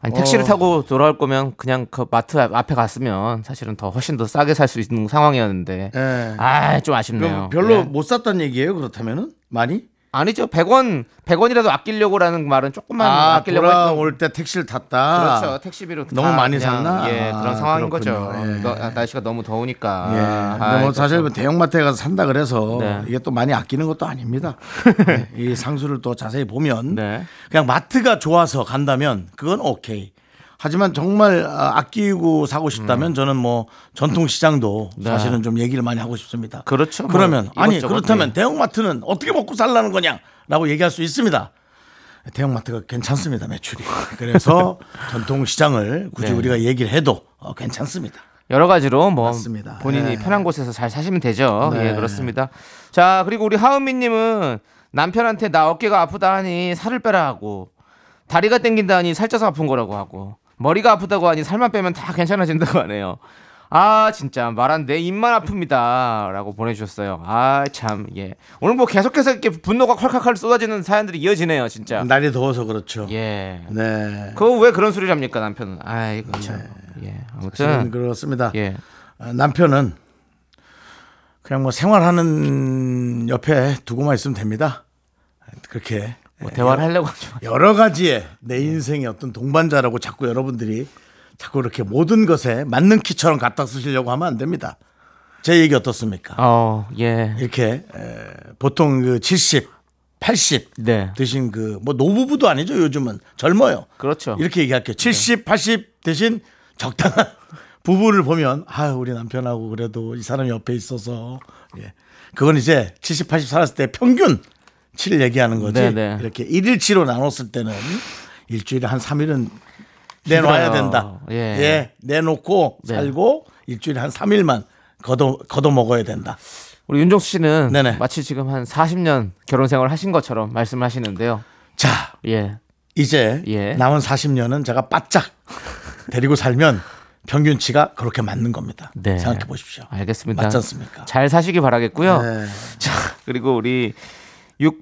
[SPEAKER 2] 아니 택시를 타고 돌아올 거면 그냥 그 마트 앞- 앞에 갔으면 사실은 더 훨씬 더 싸게 살 수 있는 상황이었는데
[SPEAKER 1] 예.
[SPEAKER 2] 아 좀
[SPEAKER 1] 그럼
[SPEAKER 2] 아쉽네요.
[SPEAKER 1] 별로
[SPEAKER 2] 예.
[SPEAKER 1] 못 샀단 얘기예요. 그렇다면은 많이?
[SPEAKER 2] 아니죠. 100원 100원이라도 아끼려고라는 말은 조금만
[SPEAKER 1] 아
[SPEAKER 2] 아, 끼려고
[SPEAKER 1] 돌아올 때 택시를 탔다.
[SPEAKER 2] 그렇죠. 택시비로
[SPEAKER 1] 너무
[SPEAKER 2] 다
[SPEAKER 1] 많이
[SPEAKER 2] 그냥,
[SPEAKER 1] 샀나?
[SPEAKER 2] 예,
[SPEAKER 1] 아,
[SPEAKER 2] 그런 상황인
[SPEAKER 1] 그렇군요.
[SPEAKER 2] 거죠.
[SPEAKER 1] 예.
[SPEAKER 2] 너- 아, 날씨가 너무 더우니까.
[SPEAKER 1] 예. 근데 뭐
[SPEAKER 2] 아이고,
[SPEAKER 1] 사실 뭐 대형마트에 가서 산다 그래서
[SPEAKER 2] 네.
[SPEAKER 1] 이게 또 많이 아끼는 것도
[SPEAKER 2] [laughs]
[SPEAKER 1] 아닙니다. 예. 이 상수를 또 자세히 보면
[SPEAKER 2] 네.
[SPEAKER 1] 그냥 마트가 좋아서 간다면 그건 오케이. 하지만 정말 아, 아끼고 사고
[SPEAKER 2] 음.
[SPEAKER 1] 싶다면 저는 뭐 전통 시장도 사실은 좀 얘기를 많이 하고 싶습니다.
[SPEAKER 2] 네. 그렇죠. 뭐
[SPEAKER 1] 그러면 아니
[SPEAKER 2] 이것저것,
[SPEAKER 1] 그렇다면
[SPEAKER 2] 예.
[SPEAKER 1] 대형마트는 어떻게 먹고 살라는 거냐라고 얘기할 수 있습니다. 대형마트가 괜찮습니다 매출이. 그래서
[SPEAKER 2] [laughs]
[SPEAKER 1] 전통 시장을 굳이
[SPEAKER 2] 네.
[SPEAKER 1] 우리가 얘기를 해도 어, 괜찮습니다.
[SPEAKER 2] 여러 가지로 뭐
[SPEAKER 1] 맞습니다.
[SPEAKER 2] 본인이
[SPEAKER 1] 예.
[SPEAKER 2] 편한 곳에서 잘 사시면 되죠.
[SPEAKER 1] 네.
[SPEAKER 2] 예, 그렇습니다. 자, 그리고 우리 하은미님은 남편한테 나 어깨가 아프다 하니 살을 빼라 하고 다리가 땡긴다 하니 살쪄서 아픈 거라고 하고 머리가 아프다고 하니 살만 빼면 다 괜찮아진다고 하네요. 아 진짜 말 안 돼 입만 아픕니다라고 보내주셨어요. 아 참 예. 오늘 뭐 계속해서 이렇게 분노가 콸콸콸 쏟아지는 사연들이 이어지네요 진짜.
[SPEAKER 1] 날이 더워서 그렇죠.
[SPEAKER 2] 예.
[SPEAKER 1] 네.
[SPEAKER 2] 그거 왜 그런 소리를 합니까 남편은? 아이고 참. 예.
[SPEAKER 1] 저는
[SPEAKER 2] 아무튼
[SPEAKER 1] 그렇습니다.
[SPEAKER 2] 예.
[SPEAKER 1] 아, 남편은 그냥 뭐 생활하는 옆에 두고만 있으면 됩니다. 그렇게
[SPEAKER 2] 뭐 대화를 하려고 하지 마.
[SPEAKER 1] 여러 가지의 내 인생의 어떤 동반자라고 자꾸 여러분들이 자꾸 이렇게 모든 것에 맞는 키처럼 갖다 쓰시려고 하면 안 됩니다. 제 얘기 어떻습니까?
[SPEAKER 2] 어, 예.
[SPEAKER 1] 이렇게 에, 보통 그 70, 80
[SPEAKER 2] 네.
[SPEAKER 1] 대신 그 뭐 노부부도 아니죠 요즘은 젊어요.
[SPEAKER 2] 그렇죠.
[SPEAKER 1] 이렇게 얘기할게요. 70, 80 대신 적당한 [laughs] 부부를 보면 아 우리 남편하고 그래도 이 사람이 옆에 있어서 예. 그건 이제 70, 80 살았을 때 평균 치를 얘기하는 거지.
[SPEAKER 2] 네, 네.
[SPEAKER 1] 이렇게 일일치로 나눴을 때는 일주일에 한 3일은 내놔야
[SPEAKER 2] 힘들어요.
[SPEAKER 1] 된다.
[SPEAKER 2] 예.
[SPEAKER 1] 내놓고
[SPEAKER 2] 네.
[SPEAKER 1] 살고 일주일에 한 3일만 걷어 걷어 먹어야 된다.
[SPEAKER 2] 우리 윤종수 씨는
[SPEAKER 1] 네네.
[SPEAKER 2] 마치 지금 한 40년 결혼 생활을 하신 것처럼 말씀하시는데요.
[SPEAKER 1] 자,
[SPEAKER 2] 예.
[SPEAKER 1] 이제
[SPEAKER 2] 예.
[SPEAKER 1] 남은 40년은 제가 바짝 데리고 살면 평균치가 그렇게 맞는 겁니다.
[SPEAKER 2] 네.
[SPEAKER 1] 생각해 보십시오.
[SPEAKER 2] 알겠습니다.
[SPEAKER 1] 맞지 않습니까?
[SPEAKER 2] 잘 사시기 바라겠고요.
[SPEAKER 1] 네.
[SPEAKER 2] 자, 그리고 우리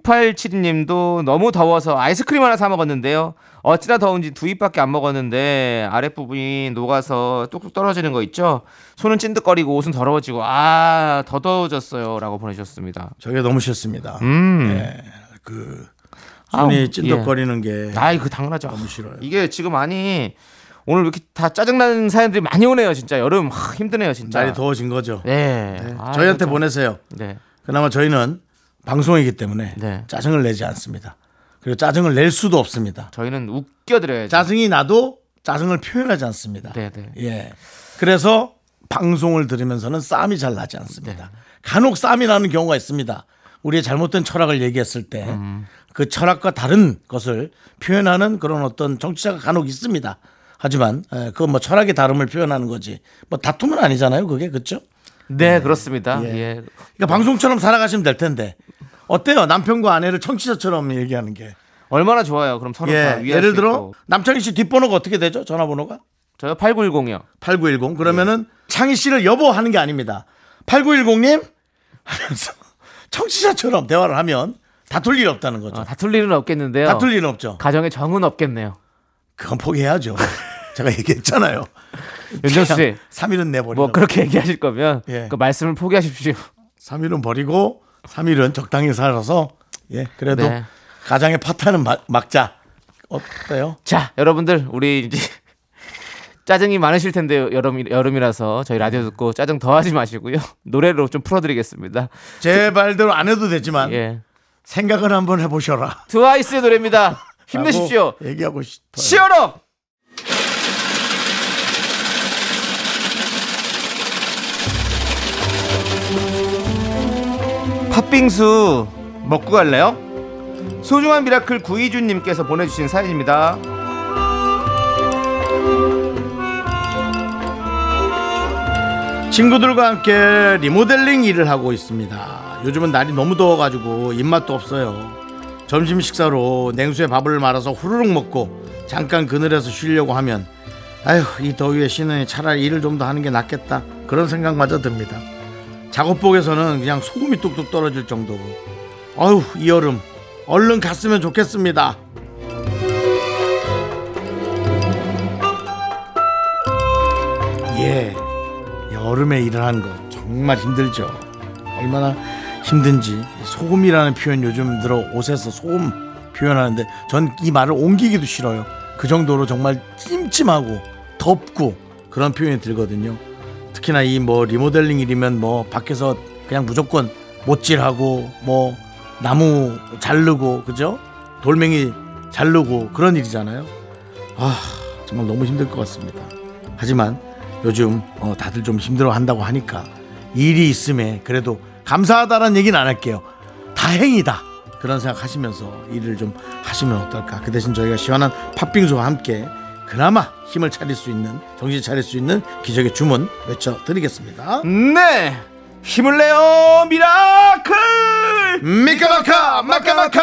[SPEAKER 2] 6872님도 너무 더워서 아이스크림 하나 사 먹었는데요. 어찌나 더운지 두 입밖에 안 먹었는데 아랫부분이 녹아서 뚝뚝 떨어지는 거 있죠? 손은 찐득거리고 옷은 더러워지고 아, 더 더워졌어요. 라고 보내주셨습니다.
[SPEAKER 1] 저게 너무 싫습니다.
[SPEAKER 2] 음.
[SPEAKER 1] 그 손이
[SPEAKER 2] 아우, 예.
[SPEAKER 1] 찐득거리는 게
[SPEAKER 2] 아이 그 당연하죠.
[SPEAKER 1] 예. 너무 싫어요.
[SPEAKER 2] 이게 지금 많이 오늘 왜 이렇게 다 짜증나는 사연들이 많이 오네요. 진짜 여름 하, 힘드네요. 진짜.
[SPEAKER 1] 날이 더워진 거죠.
[SPEAKER 2] 네. 아이고,
[SPEAKER 1] 저희한테
[SPEAKER 2] 참.
[SPEAKER 1] 보내세요.
[SPEAKER 2] 네.
[SPEAKER 1] 그나마 저희는 방송이기 때문에
[SPEAKER 2] 네.
[SPEAKER 1] 짜증을 내지 않습니다. 그리고 짜증을 낼 수도 없습니다.
[SPEAKER 2] 저희는 웃겨드려야죠.
[SPEAKER 1] 짜증이 나도 짜증을 표현하지 않습니다.
[SPEAKER 2] 네, 네.
[SPEAKER 1] 예. 그래서 방송을 들으면서는 싸움이 잘 나지 않습니다.
[SPEAKER 2] 네.
[SPEAKER 1] 간혹 싸움이 나는 경우가 있습니다. 우리의 잘못된 철학을 얘기했을 때 그
[SPEAKER 2] 음.
[SPEAKER 1] 철학과 다른 것을 표현하는 그런 어떤 정치자가 간혹 있습니다. 하지만 에, 그건 뭐 철학의 다름을 표현하는 거지 뭐 다툼은 아니잖아요. 그게 그렇죠?
[SPEAKER 2] 네, 그렇습니다.
[SPEAKER 1] 예.
[SPEAKER 2] 예.
[SPEAKER 1] 그러니까 방송처럼 살아가시면 될 텐데 어때요? 남편과 아내를 청취자처럼 얘기하는 게
[SPEAKER 2] 얼마나 좋아요. 그럼 서로 다
[SPEAKER 1] 예.
[SPEAKER 2] 위할
[SPEAKER 1] 예를
[SPEAKER 2] 수
[SPEAKER 1] 들어
[SPEAKER 2] 있고.
[SPEAKER 1] 남창희 씨 뒷번호가 어떻게 되죠? 전화번호가?
[SPEAKER 2] 저요 8910이요.
[SPEAKER 1] 8910. 그러면은
[SPEAKER 2] 예.
[SPEAKER 1] 창희 씨를 여보 하는 게 아닙니다. 8910님 하면서 [laughs] 청취자처럼 대화를 하면 다툴 일 없다는 거죠.
[SPEAKER 2] 어, 다툴 일은 없겠는데요.
[SPEAKER 1] 다툴 일은 없죠.
[SPEAKER 2] 가정의
[SPEAKER 1] [laughs]
[SPEAKER 2] 정은 없겠네요.
[SPEAKER 1] 그건
[SPEAKER 2] [laughs]
[SPEAKER 1] 포기해야죠. 제가 얘기했잖아요.
[SPEAKER 2] 윤정수 씨.
[SPEAKER 1] 3일은 내버리고.
[SPEAKER 2] 뭐 그렇게 얘기하실 거면
[SPEAKER 1] 예.
[SPEAKER 2] 그 말씀을 포기하십시오.
[SPEAKER 1] 3일은 버리고 3일은 적당히 살아서 예, 그래도
[SPEAKER 2] 네.
[SPEAKER 1] 가장의 파탄은 막- 막자. 어때요?
[SPEAKER 2] 자, 여러분들 우리 이제 [laughs] 짜증이 많으실 텐데 여름 여름이라서 저희 라디오 듣고 짜증 더 하지 마시고요. [laughs] 노래로 좀 풀어 드리겠습니다.
[SPEAKER 1] 제 말대로 안 해도 되지만
[SPEAKER 2] 그 예.
[SPEAKER 1] 생각을 한번 해 보셔라.
[SPEAKER 2] 트와이스의 [laughs] 노래입니다. 힘내십시오.
[SPEAKER 1] 얘기하고 싶어요.
[SPEAKER 2] 치어로 팥빙수 먹고 갈래요? 소중한 미라클 구이준님께서 보내주신 사연입니다.
[SPEAKER 1] 친구들과 함께 리모델링 일을 하고 있습니다. 요즘은 날이 너무 더워가지고 입맛도 없어요. 점심 식사로 냉수에 밥을 말아서 후루룩 먹고 잠깐 그늘에서 쉬려고 하면 아휴 이 더위에 쉬는 차라리 일을 좀 더 하는 게 낫겠다 그런 생각마저 듭니다. 작업복에서는 그냥 소금이 뚝뚝 떨어질 정도고 아휴 이 여름 얼른 갔으면 좋겠습니다. 이게 여름에 일을 한 거 정말 힘들죠. 얼마나 힘든지 소금이라는 표현 요즘 들어 옷에서 소금 표현하는데 전 이 말을 옮기기도 싫어요. 그 정도로 정말 찜찜하고 덥고 그런 표현이 들거든요. 특히나 이 뭐 리모델링 일이면 뭐 밖에서 그냥 무조건 못질하고 뭐 나무 자르고 그죠? 돌멩이 자르고 그런 일이잖아요. 아 정말 너무 힘들 것 같습니다. 하지만 요즘 어, 다들 좀 힘들어 한다고 하니까 일이 있음에 그래도 감사하다는 얘기는 안 할게요. 다행이다 그런 생각 하시면서 일을 좀 하시면 어떨까. 그 대신 저희가 시원한 팥빙수와 함께 그나마 힘을 차릴 수 있는 정신 차릴 수 있는 기적의 주문 외쳐드리겠습니다.
[SPEAKER 2] 네 힘을 내요 미라클
[SPEAKER 1] 미카마카 마카마카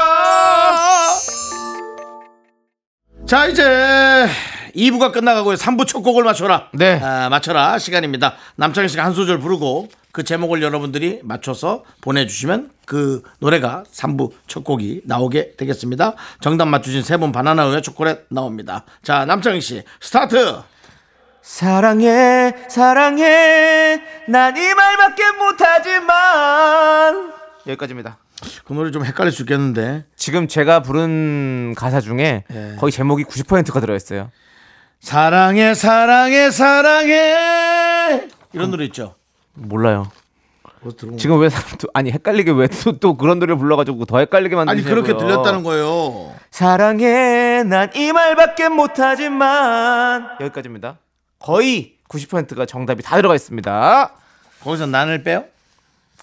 [SPEAKER 1] 자 이제 2부가 끝나가고요 3부 첫 곡을 맞춰라
[SPEAKER 2] 네.
[SPEAKER 1] 아, 맞춰라 시간입니다 남창희 씨가 한 소절 부르고 그 제목을 여러분들이 맞춰서 보내주시면 그 노래가 3부 첫 곡이 나오게 되겠습니다 정답 맞추신 세 분 바나나 우유 초콜릿 나옵니다 자 남창희 씨 스타트
[SPEAKER 2] 사랑해 사랑해 난 이 말밖에 못하지만 여기까지입니다
[SPEAKER 1] 그 노래 좀 헷갈릴 수 있겠는데
[SPEAKER 2] 지금 제가 부른 가사 중에
[SPEAKER 1] 예.
[SPEAKER 2] 거의 제목이 90%가 들어있어요
[SPEAKER 1] 사랑해 사랑해 사랑해 이런 노래 있죠
[SPEAKER 2] 몰라요
[SPEAKER 1] 어. 그거 들어본
[SPEAKER 2] 지금 왜 사람 또- 아니 헷갈리게 왜 또 그런 노래 불러가지고 더 헷갈리게 만드는
[SPEAKER 1] 아니 그렇게 들렸다는 거예요.
[SPEAKER 2] 사랑해 난 이 말밖에 못하지만 여기까지입니다 거의 90%가 정답이 다 들어가 있습니다
[SPEAKER 1] 거기서 난을 빼요?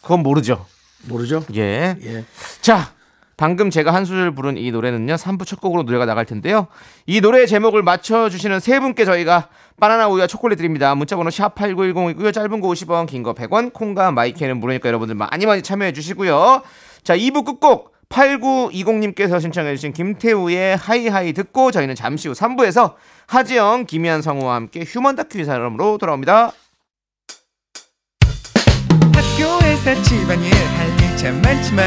[SPEAKER 2] 그건 모르죠
[SPEAKER 1] 모르죠.
[SPEAKER 2] 예.
[SPEAKER 1] 예.
[SPEAKER 2] 자, 방금 제가 한 수를 부른 이 노래는요. 3부 첫 곡으로 노래가 나갈 텐데요. 이 노래의 제목을 맞춰 주시는 세 분께 저희가 바나나 우유와 초콜릿 드립니다. 문자 번호 샵8910이고요. 짧은 거 50원, 긴 거 100원. 콩과 마이크는 무료니까 여러분들 많이 많이 참여해 주시고요. 자, 2부 끝곡 8920님께서 신청해 주신 김태우의 하이하이 듣고 저희는 잠시 후 3부에서 하지영, 김희한 성우와 함께 휴먼 다큐 이 사람으로 돌아옵니다.
[SPEAKER 5] 학교에서 집안일 할 일 참 많지만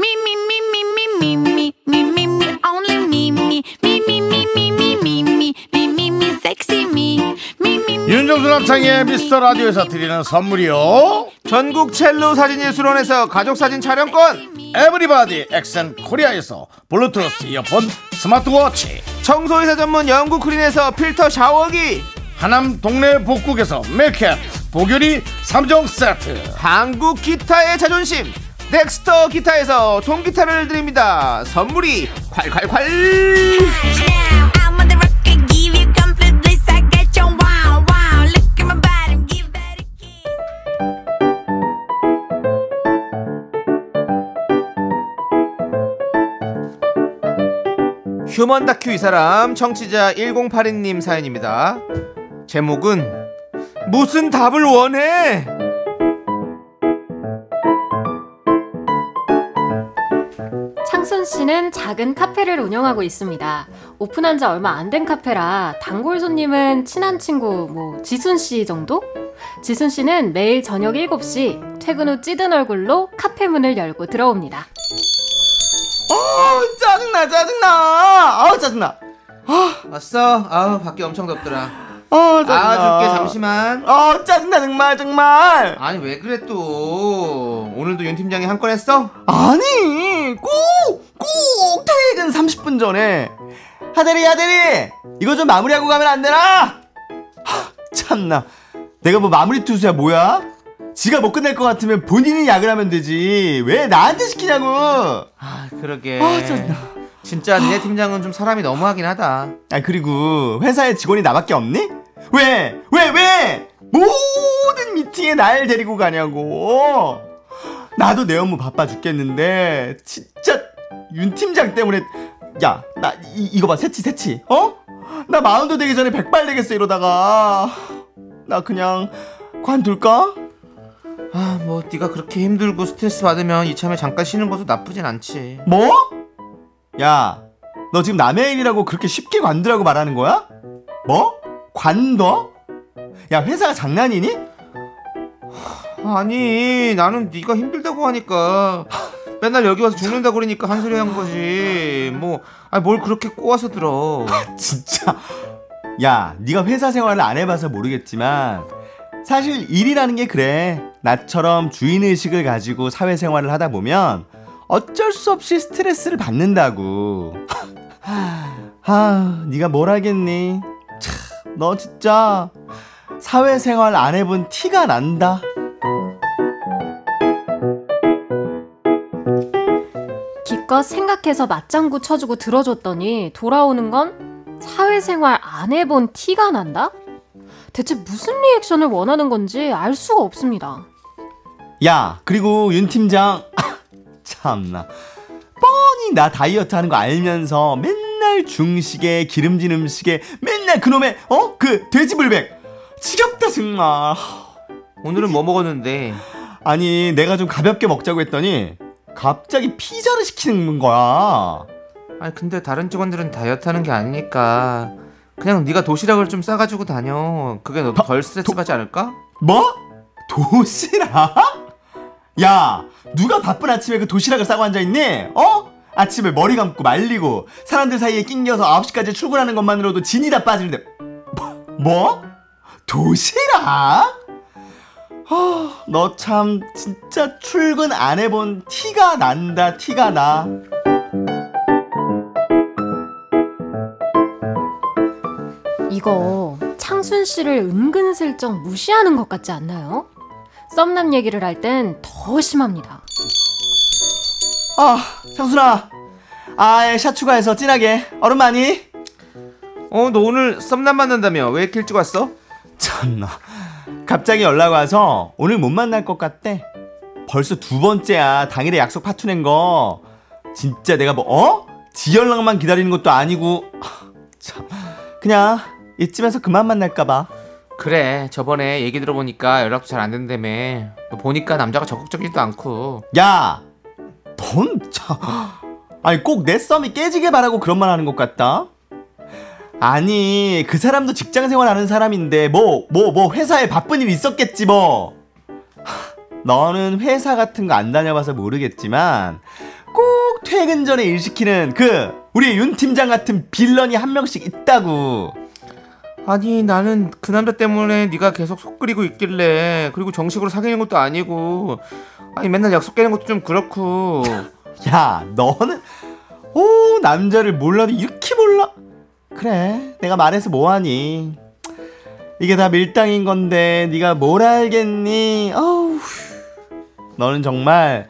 [SPEAKER 4] Me, me, me, me, me, me, me, me, me, me, only me, me, me, me, me, me, me, me, me, me, me, me, sexy me, me, me, me.
[SPEAKER 1] 윤정수 남창의 미스터 라디오에서 드리는 선물이요.
[SPEAKER 2] 전국 첼로 사진예술원에서 가족사진 촬영권,
[SPEAKER 1] 에브리바디 엑센 코리아에서 블루투스 이어폰 스마트워치
[SPEAKER 2] 청소회사 전문 영국 크린에서 필터 샤워기,
[SPEAKER 1] 하남 동네 복국에서 밀캡 보교리 3종 세트
[SPEAKER 2] 한국 기타의 자존심, 넥스터 기타에서 통기타를 드립니다. 선물이 콸콸콸!
[SPEAKER 4] Now, I'm on the rock, I give you complete bliss, I get your wow, wow. Look at my bottom, give that a kiss.
[SPEAKER 2] 휴먼 다큐 이 사람 청취자 1082님 사연입니다. 제목은 무슨 답을 원해?
[SPEAKER 6] 황순 씨는 작은 카페를 운영하고 있습니다. 오픈한 지 얼마 안 된 카페라 단골 손님은 친한 친구 뭐 지순 씨 정도? 지순 씨는 매일 저녁 7시 퇴근 후 찌든 얼굴로 카페 문을 열고 들어옵니다.
[SPEAKER 7] 어, 짜증나, 짜증나.
[SPEAKER 2] 어,
[SPEAKER 7] 아, 짜증나.
[SPEAKER 2] 왔어. 아 밖에 엄청 덥더라.
[SPEAKER 7] 아, 짜증나.
[SPEAKER 2] 아 줄게 잠시만.
[SPEAKER 7] 아, 짜증나 정말 정말.
[SPEAKER 2] 아니 왜 그래 또 오늘도 윤 팀장이 한 건 했어?
[SPEAKER 7] 아니, 꼭꼭 퇴근 30분 전에 하대리 하대리 이거 좀 마무리하고 가면 안 되나? 하, 참나, 내가 뭐 마무리 투수야 뭐야? 지가 못 끝낼 것 같으면 본인이 약을 하면 되지 왜 나한테 시키냐고? 아
[SPEAKER 2] 아 그러게.
[SPEAKER 7] 짜증나.
[SPEAKER 2] 진짜 니네 팀장은 좀 사람이 너무하긴 하다.
[SPEAKER 7] 아 그리고 회사에 직원이 나밖에 없니? 왜? 왜? 왜? 모든 미팅에 날 데리고 가냐고 나도 내 업무 바빠 죽겠는데 진짜 윤 팀장 때문에 야 나 이거 봐 새치 새치 어? 나 마운드 되기 전에 백발 되겠어 이러다가 나 그냥 관둘까?
[SPEAKER 2] 아 뭐 네가 그렇게 힘들고 스트레스 받으면 이참에 잠깐 쉬는 것도 나쁘진 않지.
[SPEAKER 7] 뭐? 야, 너 지금 남의 일이라고 그렇게 쉽게 관두라고 말하는 거야? 뭐? 관둬? 야, 회사가 장난이니?
[SPEAKER 2] 아니 나는 네가 힘들다고 하니까 맨날 여기 와서 죽는다 그러니까 한 소리 한 거지 뭐아뭘 그렇게 꼬아서 들어
[SPEAKER 7] 진짜. 야, 네가 회사 생활을 안 해봐서 모르겠지만 사실 일이라는 게 그래. 나처럼 주인 의식을 가지고 사회 생활을 하다 보면 어쩔 수 없이 스트레스를 받는다고. [laughs] 아, 네가 뭘 하겠니? 참, 너 진짜 사회 생활 안 해본 티가 난다.
[SPEAKER 6] 기껏 생각해서 맞장구 쳐주고 들어줬더니 돌아오는 건 사회생활 안 해본 티가 난다? 대체 무슨 리액션을 원하는 건지 알 수가 없습니다.
[SPEAKER 7] 야, 그리고 윤 팀장. [laughs] 참나. 뻔히 나 다이어트 하는 거 알면서 맨날 중식에 기름진 음식에 맨날 그놈의 어? 그 돼지불백. 지겹다 정말.
[SPEAKER 2] 오늘은 뭐 먹었는데
[SPEAKER 7] 아니, 내가 좀 가볍게 먹자고 했더니 갑자기 피자를 시키는 거야.
[SPEAKER 2] 아니 근데 다른 직원들은 다이어트 하는 게 아니니까 그냥 네가 도시락을 좀 싸가지고 다녀 그게 너도 덜 스트레스 받지 않을까?
[SPEAKER 7] 뭐? 도시락? 야, 누가 바쁜 아침에 그 도시락을 싸고 앉아있니? 어? 아침에 머리 감고 말리고 사람들 사이에 낑겨서 9시까지 출근하는 것만으로도 진이 다 빠지는데 뭐? 도시락? 아, 너 참 진짜 출근 안 해본 티가 난다 티가 나
[SPEAKER 6] 이거
[SPEAKER 2] 네.
[SPEAKER 6] 창순 씨를 은근슬쩍 무시하는 것 같지 않나요? 썸남 얘기를 할 땐 더 심합니다.
[SPEAKER 7] 아, 상순아 아예 샷 추가해서 진하게 얼음 많이
[SPEAKER 2] 어 너 오늘 썸남 만난다며 왜 이렇게 일찍 왔어?
[SPEAKER 7] 참나 갑자기 연락 와서 오늘 못 만날 것 같대 벌써 두 번째야 당일에 약속 파투낸 거 진짜 내가 뭐 어? 지 연락만 기다리는 것도 아니고 하, 참 그냥 이쯤에서 그만 만날까 봐
[SPEAKER 2] 그래 저번에 얘기 들어보니까 연락도 잘 안 된다며 너 보니까 남자가 적극적이지도 않고
[SPEAKER 7] 야, 넌 참. 아니 꼭 내 썸이 깨지게 바라고 그런 말 하는 것 같다. 아니 그 사람도 직장 생활하는 사람인데 뭐 뭐 뭐 회사에 바쁜 일 있었겠지 뭐. 하, 너는 회사 같은 거 안 다녀봐서 모르겠지만 꼭 퇴근 전에 일 시키는 그 우리 윤 팀장 같은 빌런이 한 명씩 있다고.
[SPEAKER 2] 아니 나는 그 남자 때문에 네가 계속 속 끓이고 있길래 그리고 정식으로 사귀는 것도 아니고 아니 맨날 약속 깨는 것도 좀 그렇고
[SPEAKER 7] 야, 너는 오 남자를 몰라도 이렇게 몰라? 그래, 내가 말해서 뭐하니? 이게 다 밀당인 건데 네가 뭘 알겠니? 어우, 너는 정말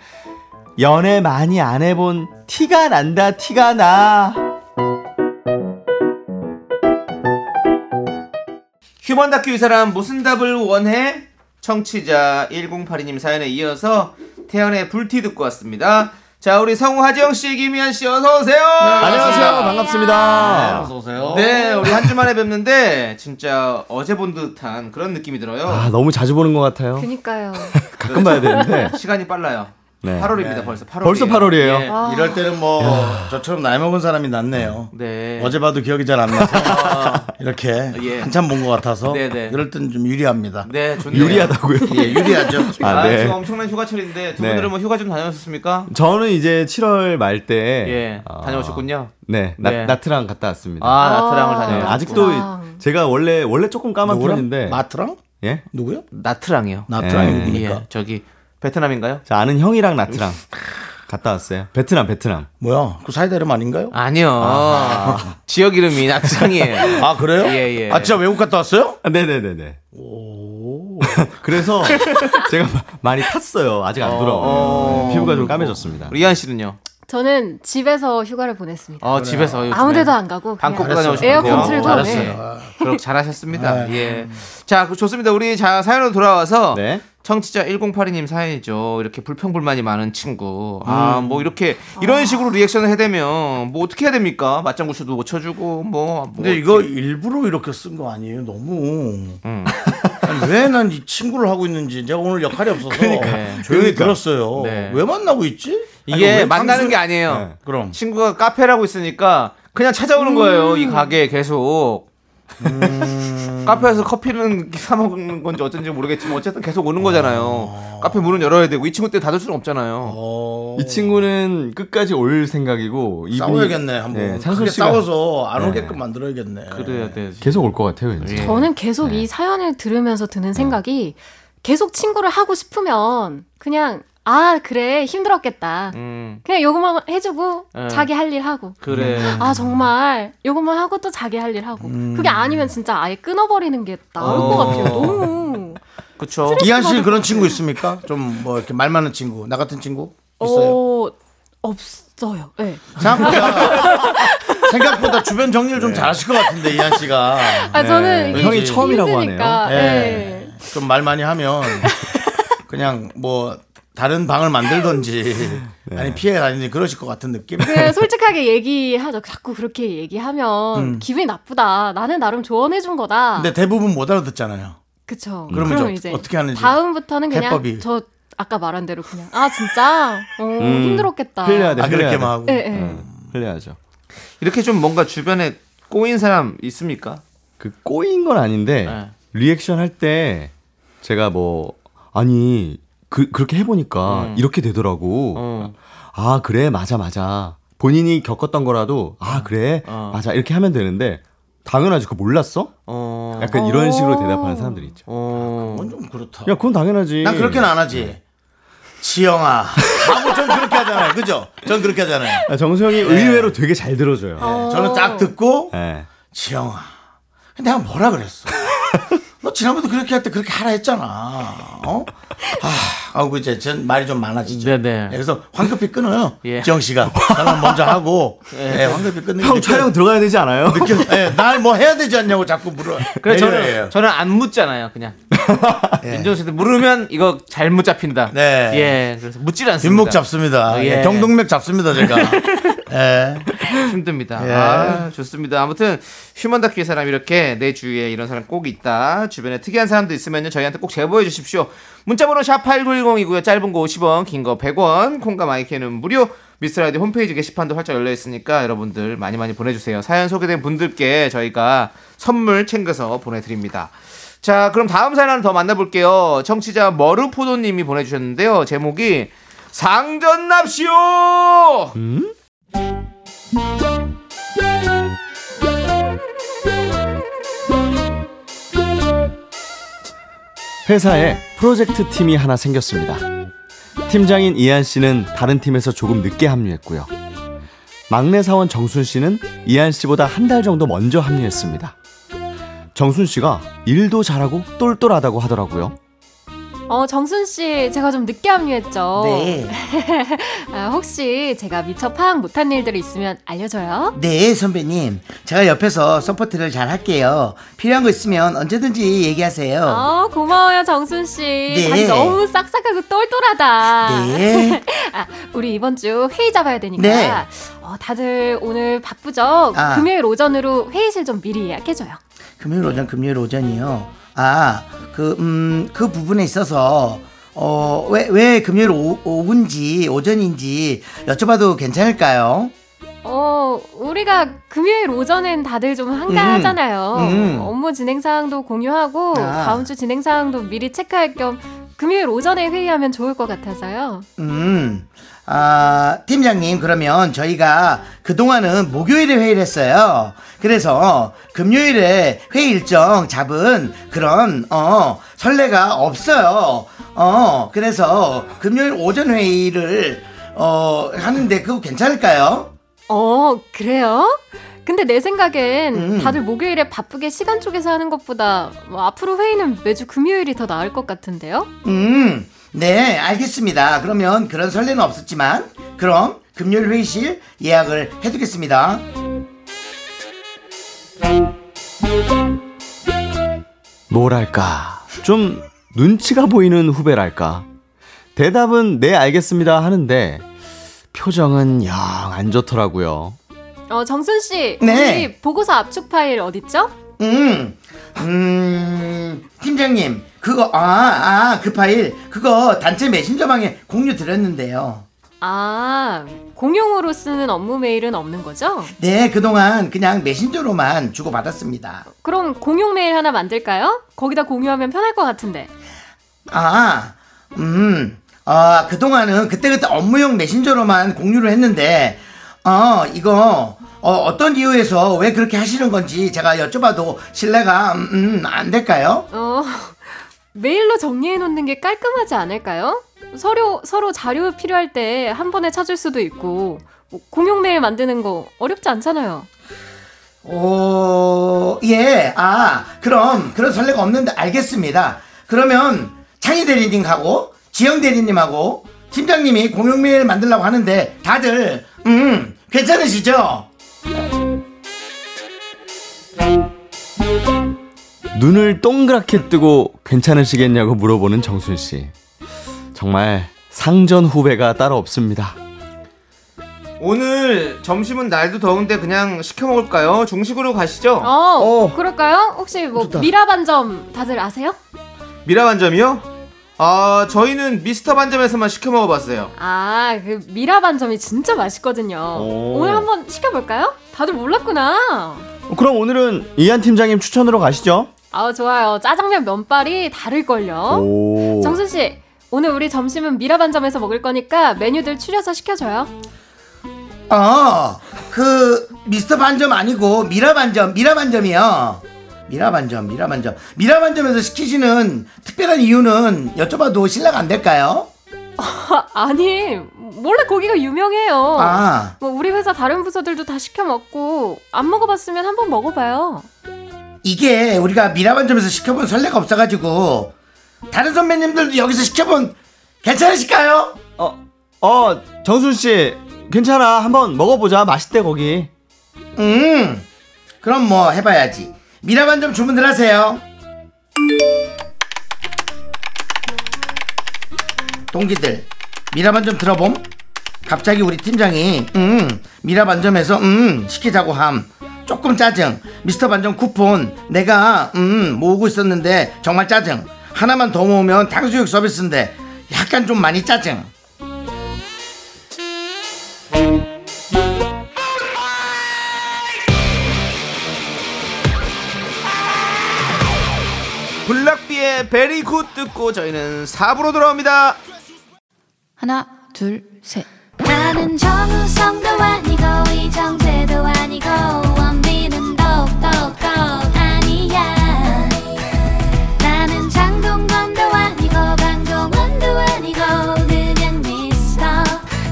[SPEAKER 7] 연애 많이 안 해본 티가 난다, 티가 나.
[SPEAKER 2] [laughs] 휴먼 다큐 이 사람 무슨 답을 원해? 청취자 1082님 사연에 이어서 태연의 불티 듣고 왔습니다 자 우리 성우 하지영 씨, 김희한 씨 어서 오세요
[SPEAKER 7] 네, 안녕하세요, 반갑습니다.
[SPEAKER 2] 오세요 네 우리 한 주만에 뵙는데 진짜 어제 본 듯한 그런 느낌이 들어요
[SPEAKER 7] 아, 너무 자주 보는 것 같아요.
[SPEAKER 6] 그니까요.
[SPEAKER 7] 가끔 봐야 되는데.
[SPEAKER 2] [laughs] 시간이 예, 빨라요
[SPEAKER 7] 네.
[SPEAKER 2] 8월입니다 벌써 8월.
[SPEAKER 7] 벌써 8월이에요.
[SPEAKER 6] 아,
[SPEAKER 1] 이럴 때는 뭐 저처럼 나이 먹은 사람이 낫네요.
[SPEAKER 2] 네.
[SPEAKER 1] 어제 봐도 기억이 잘 안
[SPEAKER 2] [laughs]
[SPEAKER 1] 나서 이렇게
[SPEAKER 2] 예.
[SPEAKER 1] 한참 본 것 같아서
[SPEAKER 2] 네네.
[SPEAKER 1] 이럴 땐 좀 유리합니다.
[SPEAKER 2] 네, 좋네요.
[SPEAKER 7] 유리하다고요.
[SPEAKER 1] 예, 유리하죠.
[SPEAKER 7] [laughs] 아,
[SPEAKER 2] 아,
[SPEAKER 7] 네.
[SPEAKER 2] 지금 엄청난 휴가철인데 두
[SPEAKER 7] 네.
[SPEAKER 2] 분들은 뭐 휴가 좀 다녀오셨습니까?
[SPEAKER 7] 저는 이제 7월 말 때
[SPEAKER 2] 예,
[SPEAKER 7] 아.
[SPEAKER 2] 다녀오셨군요.
[SPEAKER 7] 네, 나,
[SPEAKER 2] 네.
[SPEAKER 7] 나트랑 갔다 왔습니다.
[SPEAKER 2] 아, 나트랑을
[SPEAKER 7] 네,
[SPEAKER 2] 다녀오셨고.
[SPEAKER 7] 아직도
[SPEAKER 6] 나트랑.
[SPEAKER 7] 제가 원래 원래 조금 까만 편인데
[SPEAKER 1] 아, 마트랑
[SPEAKER 7] 예?
[SPEAKER 1] 누구요?
[SPEAKER 2] 나트랑이요.
[SPEAKER 1] 나트랑이
[SPEAKER 7] 예.
[SPEAKER 1] 누구니까?
[SPEAKER 2] 예, 저기 베트남인가요?
[SPEAKER 7] 자, 아는 형이랑 나트랑 갔다 왔어요. 베트남, 베트남.
[SPEAKER 1] 뭐야? 그 사이다 이름 아닌가요?
[SPEAKER 2] 아니요. 지역 이름이 나트랑이에요.
[SPEAKER 1] 아 그래요?
[SPEAKER 2] 예, 예.
[SPEAKER 1] 아 진짜 외국 갔다 왔어요?
[SPEAKER 7] 아, 네네네네. [laughs] 그래서 제가 마- 많이 탔어요. 아직 안 돌아오고. 네, 피부가 좀 까매졌습니다.
[SPEAKER 2] 우리 이한 씨는요?
[SPEAKER 6] 저는 집에서 휴가를 보냈습니다.
[SPEAKER 2] 어, 집에서 요즘에
[SPEAKER 6] 아무데도 안 가고
[SPEAKER 2] 방콕
[SPEAKER 6] 그냥
[SPEAKER 2] 다녀오셨고
[SPEAKER 6] 네, 에어컨 틀고 네.
[SPEAKER 2] 잘했어요. 그럼 잘하셨습니다. 예. 자, 그 좋습니다. 우리 자, 사연으로 돌아와서
[SPEAKER 7] 네.
[SPEAKER 2] 청취자 1082님 사연이죠. 이렇게 불평불만이 많은 친구. 아, 뭐 이렇게 이런 식으로 리액션을 해대면 뭐 어떻게 해야 됩니까? 맞장구쇼도 못 쳐주고 뭐. 뭐
[SPEAKER 1] 근데 이거 일부러 이렇게 쓴 거 아니에요? 너무
[SPEAKER 2] 음.
[SPEAKER 1] 왜 난 이 친구를 하고 있는지 제가 오늘 역할이
[SPEAKER 7] [laughs]
[SPEAKER 1] 없어서
[SPEAKER 2] 그러니까.
[SPEAKER 1] 조용히
[SPEAKER 7] 그러니까.
[SPEAKER 1] 들었어요.
[SPEAKER 2] 네.
[SPEAKER 1] 왜 만나고 있지?
[SPEAKER 2] 이게
[SPEAKER 1] 아니, 왜
[SPEAKER 2] 만나는
[SPEAKER 1] 탐수-
[SPEAKER 2] 게 아니에요.
[SPEAKER 7] 네.
[SPEAKER 1] 그럼
[SPEAKER 2] 친구가 카페라고 있으니까 그냥 찾아오는 거예요.
[SPEAKER 1] 음.
[SPEAKER 2] 이 가게에 계속. 카페에서 커피는 [laughs] 사 먹는 건지 어쩐지 모르겠지만 어쨌든 계속 오는 거잖아요. 카페 문은 열어야 되고 이 친구 때 닫을 수는 없잖아요.
[SPEAKER 1] 어...
[SPEAKER 7] 이 친구는 끝까지 올 생각이고 이분이-
[SPEAKER 1] 싸워야겠네 한번
[SPEAKER 7] 네, 찬수
[SPEAKER 1] 크게
[SPEAKER 7] 씨가 네.
[SPEAKER 1] 싸워서 안 오게끔 만들어야겠네. 네.
[SPEAKER 2] 그래야 되지.
[SPEAKER 7] 계속 올 것 같아요.
[SPEAKER 1] 예.
[SPEAKER 7] 왠지.
[SPEAKER 6] 저는 계속
[SPEAKER 2] 네.
[SPEAKER 6] 이 사연을 들으면서 드는 생각이 계속 친구를 하고 싶으면 그냥 아 그래 힘들었겠다.
[SPEAKER 2] 음,
[SPEAKER 6] 그냥 요것만 해주고
[SPEAKER 2] 네. 음.
[SPEAKER 6] 자기 할 일 하고
[SPEAKER 2] 그래.
[SPEAKER 1] 음.
[SPEAKER 6] 아 정말 요것만 하고 또 자기 할 일 하고 그게 아니면 진짜 아예 끊어버리는 게 나을
[SPEAKER 2] 음. 어.
[SPEAKER 6] 것 같아요. 너무
[SPEAKER 2] 그쵸.
[SPEAKER 1] 이한 씨는 그런 친구 있습니까? 좀 뭐 이렇게 말 많은 친구, 나 같은 친구 있어요?
[SPEAKER 6] 어, 없어요. 네.
[SPEAKER 1] 생각보다 생각보다 주변 정리를 좀 잘하실 것 같은데 이한 씨가
[SPEAKER 6] 아 저는 이게
[SPEAKER 7] 형이 처음이라고
[SPEAKER 6] 힘드니까,
[SPEAKER 1] 네. 하네요.
[SPEAKER 6] 네.
[SPEAKER 1] 예. 좀 말 많이 하면 그냥 뭐 다른 방을 만들던지 아니 피해 다니든지 그러실 것 같은 느낌.
[SPEAKER 6] 그 솔직하게 얘기하죠. 자꾸 그렇게 얘기하면 기분이 나쁘다. 나는 나름 조언해 준 거다.
[SPEAKER 1] 음. 근데 대부분 못 알아듣잖아요.
[SPEAKER 6] 그쵸.
[SPEAKER 1] 그러면
[SPEAKER 6] 그럼
[SPEAKER 1] 이제
[SPEAKER 6] 이제
[SPEAKER 1] 어떻게 하는지.
[SPEAKER 6] 다음부터는 그냥
[SPEAKER 1] 해법이. 음.
[SPEAKER 6] 저 아까 말한 대로 그냥 아 진짜 어, 힘들었겠다.
[SPEAKER 7] 흘려야 네, 돼.
[SPEAKER 1] 아 그렇게
[SPEAKER 7] 흘려야
[SPEAKER 1] 만 하고. 음.
[SPEAKER 7] 돼.
[SPEAKER 6] 예, 예.
[SPEAKER 7] 흘려야죠.
[SPEAKER 2] 이렇게 좀 뭔가 주변에 꼬인 사람 있습니까?
[SPEAKER 7] 그 꼬인 건 아닌데
[SPEAKER 2] 네.
[SPEAKER 7] 리액션 할 때 제가 뭐 아니 그 그렇게 해보니까 이렇게 되더라고.
[SPEAKER 2] 음. 어.
[SPEAKER 7] 아 그래 맞아 맞아. 본인이 겪었던 거라도 아 그래
[SPEAKER 2] 어.
[SPEAKER 7] 맞아 이렇게 하면 되는데 당연하지 그거 몰랐어?
[SPEAKER 2] 어.
[SPEAKER 7] 약간 이런 식으로 대답하는 사람들이 있죠.
[SPEAKER 2] 어.
[SPEAKER 1] 그건 좀 그렇다.
[SPEAKER 7] 야 그건 당연하지.
[SPEAKER 1] 난 그렇게는 안 하지. 지영아. 하고 전 그렇게 하잖아요. 그죠? 전 그렇게 하잖아요.
[SPEAKER 7] 아, 정수영이 의외로 되게 잘 들어줘요.
[SPEAKER 1] 저는 딱 듣고
[SPEAKER 7] 네.
[SPEAKER 1] 지영아, 내가 뭐라 그랬어? 너 지난번도 그렇게 할 때 그렇게 하라 했잖아. 어? 아, 아우 이제 전 말이 좀 많아지죠.
[SPEAKER 2] 네네.
[SPEAKER 1] 그래서 황급히 끊어요.
[SPEAKER 2] 예.
[SPEAKER 1] 지영 씨가 전화 먼저 하고 예, 황급히 끊는 게
[SPEAKER 7] 형
[SPEAKER 1] 느껴-
[SPEAKER 7] 촬영 들어가야 되지 않아요?
[SPEAKER 1] 느껴- 예, 날뭐 해야 되지 않냐고 자꾸 물어. 예,
[SPEAKER 2] 그래
[SPEAKER 1] 매일매일.
[SPEAKER 2] 저는 저는 안 묻잖아요, 그냥. 윤정수 씨도 물으면 이거 잘못 잡힌다.
[SPEAKER 1] 네.
[SPEAKER 2] 예. 그래서 묻질 않습니다.
[SPEAKER 1] 뒷목 잡습니다.
[SPEAKER 2] 예.
[SPEAKER 1] 예, 경동맥 잡습니다
[SPEAKER 2] [laughs]
[SPEAKER 1] 제가. 예.
[SPEAKER 2] 힘듭니다.
[SPEAKER 1] 예.
[SPEAKER 2] 아, 좋습니다. 아무튼 휴먼 다큐의 사람 이렇게 내 주위에 이런 사람 꼭 있다. 주변에 특이한 사람도 있으면요. 저희한테 꼭 제보해 주십시오. 문자번호 샵 8910이고요. 짧은 거 50원, 긴 거 100원. 콩과 마이크는 무료. 미스라이드 홈페이지 게시판도 활짝 열려 있으니까 여러분들 많이 많이 보내주세요. 사연 소개된 분들께 저희가 선물 챙겨서 보내드립니다. 자, 그럼 다음 사연 하나 더 만나볼게요. 청취자 머루포도님이 보내주셨는데요. 제목이 상전납시오!
[SPEAKER 7] 회사에 프로젝트 팀이 하나 생겼습니다. 팀장인 이한 씨는 다른 팀에서 조금 늦게 합류했고요. 막내 사원 정순 씨는 이한 씨보다 한 달 정도 먼저 합류했습니다. 정순 씨가 일도 잘하고 똘똘하다고 하더라고요.
[SPEAKER 6] 어 정순 씨 제가 좀 늦게 합류했죠.
[SPEAKER 1] 네.
[SPEAKER 6] [laughs] 아, 혹시 제가 미처 파악 못한 일들이 있으면 알려줘요.
[SPEAKER 8] 네, 선배님. 제가 옆에서 서포트를 잘 할게요.
[SPEAKER 1] 어,
[SPEAKER 8] 필요한 거 있으면 언제든지 얘기하세요.
[SPEAKER 6] 어 고마워요 정순 씨.
[SPEAKER 8] 네.
[SPEAKER 6] 자기 너무 싹싹하고 똘똘하다.
[SPEAKER 8] 네.
[SPEAKER 6] [laughs] 아, 우리 이번 주 회의 잡아야 되니까
[SPEAKER 8] 네.
[SPEAKER 6] 어, 다들 오늘 바쁘죠?
[SPEAKER 8] 아.
[SPEAKER 6] 금요일 오전으로 회의실 좀 미리 예약해줘요.
[SPEAKER 8] 금요일 오전, 금요일 오전이요. 아, 그, 음, 그 부분에 있어서
[SPEAKER 1] 어, 왜, 왜 금요일 오, 오후인지 오전인지 여쭤봐도 괜찮을까요?
[SPEAKER 6] 어, 우리가 금요일 오전엔 다들 좀 한가하잖아요.
[SPEAKER 1] 음.
[SPEAKER 6] 업무 진행 사항도 공유하고
[SPEAKER 1] 아.
[SPEAKER 6] 다음 주 진행 사항도 미리 체크할 겸 금요일 오전에 회의하면 좋을 것 같아서요.
[SPEAKER 1] 음, 아, 팀장님, 그러면 저희가 그동안은 목요일에 회의를 했어요. 그래서 금요일에 회의 일정 잡은 그런, 어, 설레가 없어요. 어, 그래서 금요일 오전 회의를, 어, 하는데 그거 괜찮을까요?
[SPEAKER 6] 어, 그래요? 근데 내 생각엔
[SPEAKER 1] 음.
[SPEAKER 6] 다들 목요일에 바쁘게 시간 쪼개서 하는 것보다 뭐 앞으로 회의는 매주 금요일이 더 나을 것 같은데요?
[SPEAKER 1] 음, 네, 알겠습니다. 그러면 그런 설레는 없었지만, 그럼 금요일 회의실 예약을 해두겠습니다.
[SPEAKER 7] 뭐랄까 좀 눈치가 보이는 후배랄까 대답은 네 알겠습니다 하는데 표정은 영 안 좋더라고요
[SPEAKER 6] 어, 정순 씨,
[SPEAKER 1] 네.
[SPEAKER 6] 우리 보고서 압축 파일 어딨죠?
[SPEAKER 1] 음, 음, 팀장님, 그거, 아, 아, 그 파일, 그거 단체 메신저방에 공유 드렸는데요.
[SPEAKER 6] 아, 공용으로 쓰는 업무 메일은 없는 거죠?
[SPEAKER 1] 네, 그동안 그냥 메신저로만 주고받았습니다.
[SPEAKER 6] 그럼 공용 메일 하나 만들까요? 거기다 공유하면 편할 것 같은데.
[SPEAKER 1] 아, 음, 아, 그동안은 그때그때 업무용 메신저로만 공유를 했는데, 어, 이거, 어, 어떤 이유에서 왜 그렇게 하시는 건지 제가 여쭤봐도 신뢰가, 음, 음, 안 될까요?
[SPEAKER 6] 어, [laughs] 메일로 정리해 놓는 게 깔끔하지 않을까요? 서로 서로 자료 필요할 때 한 번에 찾을 수도 있고 뭐 공용 메일 만드는 거 어렵지 않잖아요.
[SPEAKER 1] 오, 예, 아, 그럼, 그런 설레가 없는데 알겠습니다. 그러면, 창희 대리님하고, 지영 대리님하고, 팀장님이 공용 메일 만들려고 하는데, 다들, 음, 괜찮으시죠?
[SPEAKER 7] 눈을 동그랗게 뜨고 괜찮으시겠냐고 물어보는 정순 씨 정말 상전 후배가 따로 없습니다
[SPEAKER 2] 오늘 점심은 날도 더운데 그냥 시켜 먹을까요? 중식으로 가시죠.
[SPEAKER 6] 어, 그럴까요? 혹시 뭐 미라 반점 다들 아세요?
[SPEAKER 2] 미라 반점이요? 아 저희는 미스터 반점에서만 시켜 먹어봤어요.
[SPEAKER 6] 아, 그 미라 반점이 진짜 맛있거든요.
[SPEAKER 7] 오.
[SPEAKER 6] 오. 늘 한번 시켜볼까요? 다들 몰랐구나.
[SPEAKER 7] 그럼 오늘은 이한 팀장님 추천으로 가시죠
[SPEAKER 6] 아, 좋아요. 짜장면 면발이 다를걸요.
[SPEAKER 7] 오.
[SPEAKER 6] 어? 정순 씨, 오늘 우리 점심은 미라 반점에서 먹을 거니까 메뉴들 추려서 시켜줘요.
[SPEAKER 1] 어, 그, 미스터 반점 아니고, 미라 반점, 미라 반점이요. 미라 반점, 미라 반점. 미라 반점에서 시키시는 특별한 이유는 여쭤봐도 신뢰가 안 될까요?
[SPEAKER 6] 아, 아니, 원래 고기가 유명해요.
[SPEAKER 1] 아.
[SPEAKER 6] 뭐 우리 회사 다른 부서들도 다 시켜 먹고 안 먹어봤으면 한번 먹어봐요.
[SPEAKER 1] 이게 우리가 미라반점에서 시켜본 설레가 없어가지고 다른 선배님들도 여기서 시켜본 괜찮으실까요?
[SPEAKER 7] 어, 어, 정순 씨, 괜찮아. 한번 먹어보자. 맛있대 거기.
[SPEAKER 1] 음 그럼 뭐 해봐야지 미라반점 주문들 하세요 동기들 미라반점 들어봄 갑자기 우리 팀장이 음 미라반점에서 음 시키자고 함 조금 짜증 미스터 반점 쿠폰 내가 음 모으고 있었는데 정말 짜증 하나만 더 모으면 탕수육 서비스인데 약간 좀 많이 짜증
[SPEAKER 2] 블락비의 베리굿 듣고 저희는 4부로 돌아옵니다.
[SPEAKER 9] 하나, 둘, 셋.
[SPEAKER 4] 나는 정우성도 아니고 이정재도 아니고 원빈은 더욱더 아니야 나는 장동건도 아니고 강동원도 아니고 그냥 미스터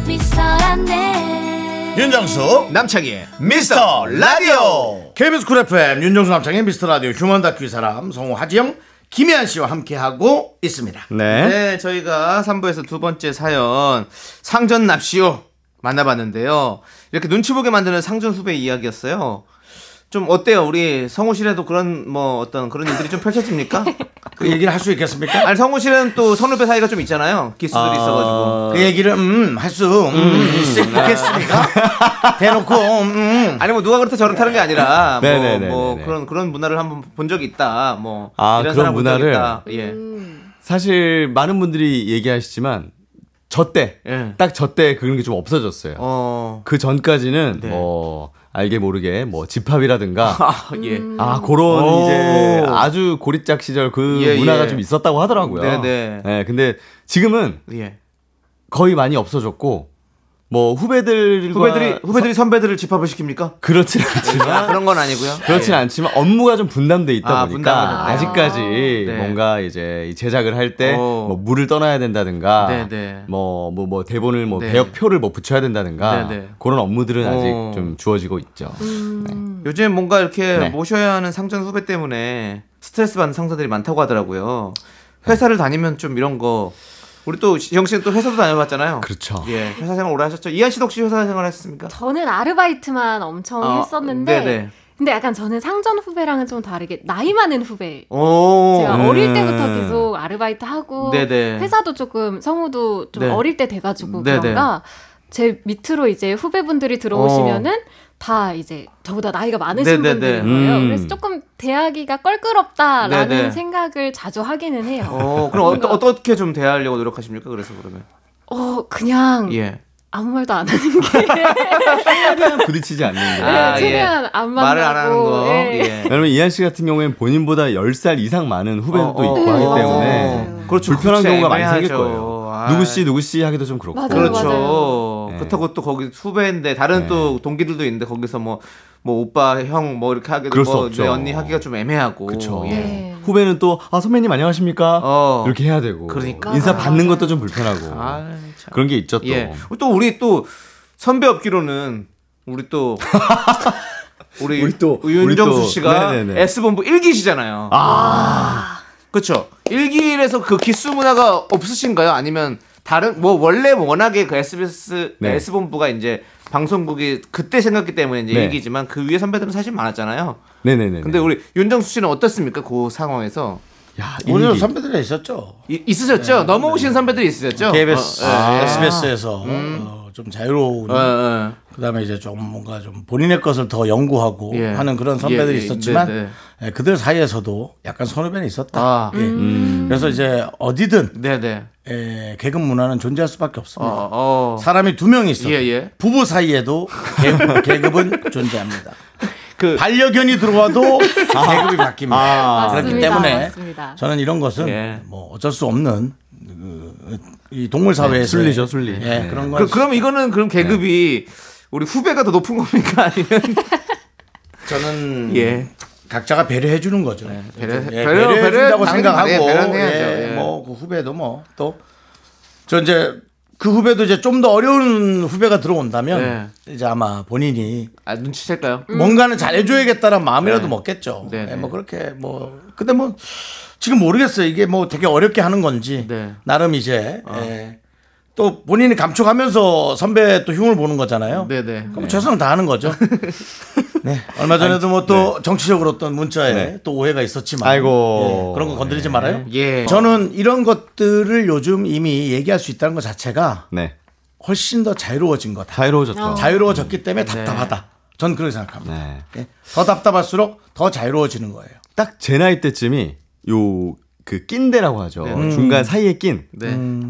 [SPEAKER 4] 미스터란데
[SPEAKER 1] 윤정수
[SPEAKER 2] 남창희의
[SPEAKER 1] 미스터 라디오 KBS 쿨 FM 윤정수 남창의 미스터 라디오 휴먼 다큐 이 사람 성우 하지영 김혜한 씨와 함께하고 있습니다
[SPEAKER 7] 네.
[SPEAKER 2] 네, 저희가 3부에서 두 번째 사연 상전 납시오 만나봤는데요. 이렇게 눈치 보게 만드는 상전 후배 이야기였어요. 좀 어때요? 우리 성우실에도 그런 뭐 어떤 그런 일들이 좀 펼쳐집니까?
[SPEAKER 1] [laughs] 그 얘기를 할 수 있겠습니까?
[SPEAKER 2] 아니 성우실은 또 선후배 사이가 좀 있잖아요. 기수들이 있어가지고.
[SPEAKER 1] 그 얘기를 음할수 음,
[SPEAKER 2] 아.
[SPEAKER 1] 있겠습니까? 대놓고 음.
[SPEAKER 2] [laughs] 아니 뭐 누가 그렇다 저렇다는 게 아니라 뭐,
[SPEAKER 7] 네네네네네.
[SPEAKER 2] 뭐 그런 그런 문화를 한번 본 적이 있다. 뭐
[SPEAKER 7] 아,
[SPEAKER 2] 이런
[SPEAKER 7] 그런
[SPEAKER 2] 사람 본 적이
[SPEAKER 7] 문화를?
[SPEAKER 2] 있다. 예.
[SPEAKER 7] 사실 많은 분들이 얘기하시지만 저 때,
[SPEAKER 2] 예.
[SPEAKER 7] 딱 저 때 그런 게 좀 없어졌어요.
[SPEAKER 2] 어.
[SPEAKER 7] 그 전까지는
[SPEAKER 6] 네.
[SPEAKER 7] 뭐 알게 모르게
[SPEAKER 6] [laughs]
[SPEAKER 7] 뭐 집합이라든가
[SPEAKER 2] 아, 예.
[SPEAKER 7] 아 그런
[SPEAKER 2] 오.
[SPEAKER 7] 이제 아주 고립작 시절 그
[SPEAKER 2] 예,
[SPEAKER 7] 문화가
[SPEAKER 2] 예.
[SPEAKER 7] 좀 있었다고 하더라고요.
[SPEAKER 2] 네네.
[SPEAKER 7] 네, 근데 지금은
[SPEAKER 2] 예.
[SPEAKER 7] 거의 많이 없어졌고 뭐 후배들과
[SPEAKER 2] 후배들이 후배들이 선배들을 집합을 시킵니까?
[SPEAKER 7] 그렇진
[SPEAKER 2] [laughs]
[SPEAKER 7] 않지만
[SPEAKER 10] 그런 건 아니고요.
[SPEAKER 2] 예.
[SPEAKER 7] 그렇진 않지만 업무가 좀 분담돼 있다
[SPEAKER 2] 아, 분담돼 있다.
[SPEAKER 7] 보니까 아직까지
[SPEAKER 2] 네.
[SPEAKER 7] 뭔가 이제 이 제작을 할 때
[SPEAKER 2] 어.
[SPEAKER 7] 뭐 물을 떠나야 된다든가
[SPEAKER 2] 네, 네.
[SPEAKER 7] 뭐 뭐 뭐 대본을 뭐
[SPEAKER 2] 네.
[SPEAKER 7] 배역표를 뭐 붙여야 된다든가
[SPEAKER 2] 네, 네.
[SPEAKER 7] 그런 업무들은
[SPEAKER 2] 어.
[SPEAKER 7] 아직 좀 주어지고 있죠.
[SPEAKER 2] 음. 요즘 뭔가 이렇게
[SPEAKER 7] 네.
[SPEAKER 2] 모셔야 하는 상전 후배 때문에 스트레스 받는 상사들이 많다고 하더라고요. 회사를
[SPEAKER 7] 네.
[SPEAKER 2] 다니면 좀 이런 거 우리 또 지영 씨는 또 회사도 다녀봤잖아요.
[SPEAKER 7] 그렇죠.
[SPEAKER 2] 예, 회사 생활 오래 하셨죠? 이한 씨도 혹시 회사 생활 하셨습니까?
[SPEAKER 6] 저는 아르바이트만 엄청
[SPEAKER 2] 어,
[SPEAKER 6] 했었는데
[SPEAKER 2] 네네.
[SPEAKER 6] 근데 약간 저는 상전 후배랑은 좀 다르게 나이 많은 후배
[SPEAKER 2] 오,
[SPEAKER 6] 제가
[SPEAKER 7] 음.
[SPEAKER 6] 어릴 때부터 계속 아르바이트 하고
[SPEAKER 2] 네네.
[SPEAKER 6] 회사도 조금 성우도 좀
[SPEAKER 2] 네.
[SPEAKER 6] 어릴 때 돼가지고
[SPEAKER 2] 네네.
[SPEAKER 6] 그런가 제 밑으로 이제 후배분들이 들어오시면은 다 이제 저보다 나이가 많으신
[SPEAKER 2] 네네네.
[SPEAKER 6] 분들인 거예요.
[SPEAKER 7] 음.
[SPEAKER 6] 그래서 조금 대하기가 껄끄럽다라는
[SPEAKER 2] 네네.
[SPEAKER 6] 생각을 자주 하기는 해요.
[SPEAKER 2] 어, 그럼 어, 어떻게 좀 대하려고 노력하십니까? 그래서 그러면
[SPEAKER 6] 어, 그냥
[SPEAKER 2] 예,
[SPEAKER 6] 아무 말도 안 하는 게
[SPEAKER 7] 부딪히지 않는 게.
[SPEAKER 2] 아, 예.
[SPEAKER 6] 최대한 안 만나고
[SPEAKER 2] 말을 안 하는 거.
[SPEAKER 6] 예.
[SPEAKER 2] 예.
[SPEAKER 7] 왜냐면 이한 씨 같은 경우에는 본인보다 10살 이상 많은 후배도
[SPEAKER 2] 어, 어,
[SPEAKER 7] 있고
[SPEAKER 2] 어,
[SPEAKER 7] 하기 때문에
[SPEAKER 2] 맞아요. 그렇죠.
[SPEAKER 7] 불편한
[SPEAKER 2] 그렇죠.
[SPEAKER 7] 경우가 많이 생길
[SPEAKER 2] 애매하죠.
[SPEAKER 7] 거예요.
[SPEAKER 2] 아.
[SPEAKER 7] 누구 씨 누구 씨 하기도 좀 그렇고.
[SPEAKER 6] 맞아요,
[SPEAKER 2] 그렇죠.
[SPEAKER 7] 네.
[SPEAKER 2] 그렇다고 또 거기 후배인데 다른
[SPEAKER 7] 네.
[SPEAKER 2] 또 동기들도 있는데 거기서 뭐. 뭐 오빠 형 뭐 이렇게 하기도
[SPEAKER 7] 그럴 수
[SPEAKER 2] 뭐
[SPEAKER 7] 없죠.
[SPEAKER 2] 내 언니 하기가 좀 애매하고
[SPEAKER 7] 그렇죠.
[SPEAKER 2] 예.
[SPEAKER 6] 네.
[SPEAKER 7] 후배는 또 아 선배님 안녕하십니까?
[SPEAKER 2] 어.
[SPEAKER 7] 이렇게 해야 되고.
[SPEAKER 2] 그러니까.
[SPEAKER 7] 인사
[SPEAKER 6] 맞아,
[SPEAKER 7] 받는
[SPEAKER 6] 맞아.
[SPEAKER 7] 것도 좀 불편하고.
[SPEAKER 2] 아, 참.
[SPEAKER 7] 그런 게 있죠 또.
[SPEAKER 2] 예. 또 우리 또 선배 업기로는 우리
[SPEAKER 7] [laughs]
[SPEAKER 2] 또 우리,
[SPEAKER 7] 우리 또- 우리 또-
[SPEAKER 2] 윤정수 씨가
[SPEAKER 7] 네네네.
[SPEAKER 2] S본부 1기시잖아요. 그렇죠. 1기에서 그 기수 문화가 없으신가요? 아니면 다른 뭐 원래 워낙에 그 SBS
[SPEAKER 7] 네.
[SPEAKER 2] S본부가 이제 방송국이 그때 생겼기 때문에 이제
[SPEAKER 7] 네.
[SPEAKER 2] 1기지만 그 위에 선배들은 사실 많았잖아요.
[SPEAKER 7] 네네네.
[SPEAKER 2] 근데 우리 윤정수 씨는 어떻습니까? 그 상황에서
[SPEAKER 7] 야
[SPEAKER 1] 오늘
[SPEAKER 7] 일기.
[SPEAKER 1] 선배들이 있었죠.
[SPEAKER 2] 이- 있으셨죠? 넘어오신 선배들이 있으셨죠?
[SPEAKER 1] KBS,
[SPEAKER 2] 어,
[SPEAKER 7] 아.
[SPEAKER 2] 예, 예.
[SPEAKER 1] SBS에서 어, 좀 자유로운
[SPEAKER 2] 음. 어, 어.
[SPEAKER 1] 그다음에 이제 좀 뭔가 좀 본인의 것을 더 연구하고
[SPEAKER 2] 예.
[SPEAKER 1] 하는 그런 선배들이
[SPEAKER 2] 예, 예,
[SPEAKER 1] 있었지만
[SPEAKER 2] 네,
[SPEAKER 1] 예, 그들 사이에서도 약간 선후배는 있었다.
[SPEAKER 2] 아.
[SPEAKER 1] 예.
[SPEAKER 7] 음.
[SPEAKER 1] 그래서 이제 어디든
[SPEAKER 2] 네네.
[SPEAKER 1] 예, 개그 문화는 존재할 수밖에
[SPEAKER 2] 어,
[SPEAKER 1] 없습니다.
[SPEAKER 2] 어.
[SPEAKER 1] 사람이 두 명 있어.
[SPEAKER 2] 예, 예.
[SPEAKER 1] 부부 사이에도 개-
[SPEAKER 2] [laughs]
[SPEAKER 1] 계급은 존재합니다.
[SPEAKER 2] 그- 아.
[SPEAKER 1] 반려견이
[SPEAKER 2] [laughs]
[SPEAKER 1] 들어와도 계급이 바뀝니다. 그렇기
[SPEAKER 6] 맞습니다,
[SPEAKER 1] 때문에
[SPEAKER 6] 맞습니다.
[SPEAKER 1] 저는 이런 것은
[SPEAKER 2] 예.
[SPEAKER 1] 뭐 어쩔 수 없는 그, 이
[SPEAKER 2] 네,
[SPEAKER 1] 동물 사회에서
[SPEAKER 7] 순리죠, 순리.
[SPEAKER 1] 예,
[SPEAKER 7] 네.
[SPEAKER 1] 그런 거.
[SPEAKER 2] 그, 그럼 이거는 그럼 계급이 우리 후배가 더 높은 겁니까? 아니면
[SPEAKER 1] 저는
[SPEAKER 2] 예.
[SPEAKER 1] 각자가 배려해 주는 거죠.
[SPEAKER 2] 배려-
[SPEAKER 1] 좀,
[SPEAKER 2] 배려-
[SPEAKER 1] 네, 배려해 준다고
[SPEAKER 2] 배려-
[SPEAKER 1] 생각하고
[SPEAKER 2] 네, 배려해야죠. 예.
[SPEAKER 1] 뭐그 후배도 뭐 또 저 이제 그 후배도 이제 좀 더 어려운 후배가 들어온다면
[SPEAKER 2] 네.
[SPEAKER 1] 이제 아마 본인이
[SPEAKER 2] 아, 눈치챌까요?
[SPEAKER 1] 뭔가는 잘해줘야겠다는 마음이라도 먹겠죠.
[SPEAKER 2] 네,
[SPEAKER 1] 예,
[SPEAKER 2] 네.
[SPEAKER 1] 뭐 그렇게 뭐 근데 뭐 지금 모르겠어요. 이게 뭐 되게 어렵게 하는 건지
[SPEAKER 2] 네.
[SPEAKER 1] 나름 이제 예. 또 본인이 감촉하면서 선배 또 흉을 보는 거잖아요.
[SPEAKER 2] 네네.
[SPEAKER 1] 그럼 최선을 다하는
[SPEAKER 2] [laughs]
[SPEAKER 1] 거죠. 네. 얼마 전에도 뭐
[SPEAKER 2] 네.
[SPEAKER 1] 또 정치적으로 어떤 문자에 또 오해가 있었지만.
[SPEAKER 7] 아이고.
[SPEAKER 1] 예, 그런 거 건드리지 말아요.
[SPEAKER 2] 예.
[SPEAKER 1] 저는 이런 것들을 요즘 이미 얘기할 수 있다는 것 자체가
[SPEAKER 7] 네.
[SPEAKER 1] 훨씬 더 자유로워진 거다.
[SPEAKER 7] 자유로워졌다.
[SPEAKER 6] 어.
[SPEAKER 1] 자유로워졌기
[SPEAKER 2] 네.
[SPEAKER 1] 때문에 답답하다. 전 그렇게 생각합니다.
[SPEAKER 7] 네.
[SPEAKER 1] 예. 더 답답할수록 더 자유로워지는 거예요.
[SPEAKER 7] 딱 제 나이 때쯤이 요 그 낀대라고 하죠.
[SPEAKER 2] 네.
[SPEAKER 7] 중간
[SPEAKER 2] 음.
[SPEAKER 7] 사이에 낀.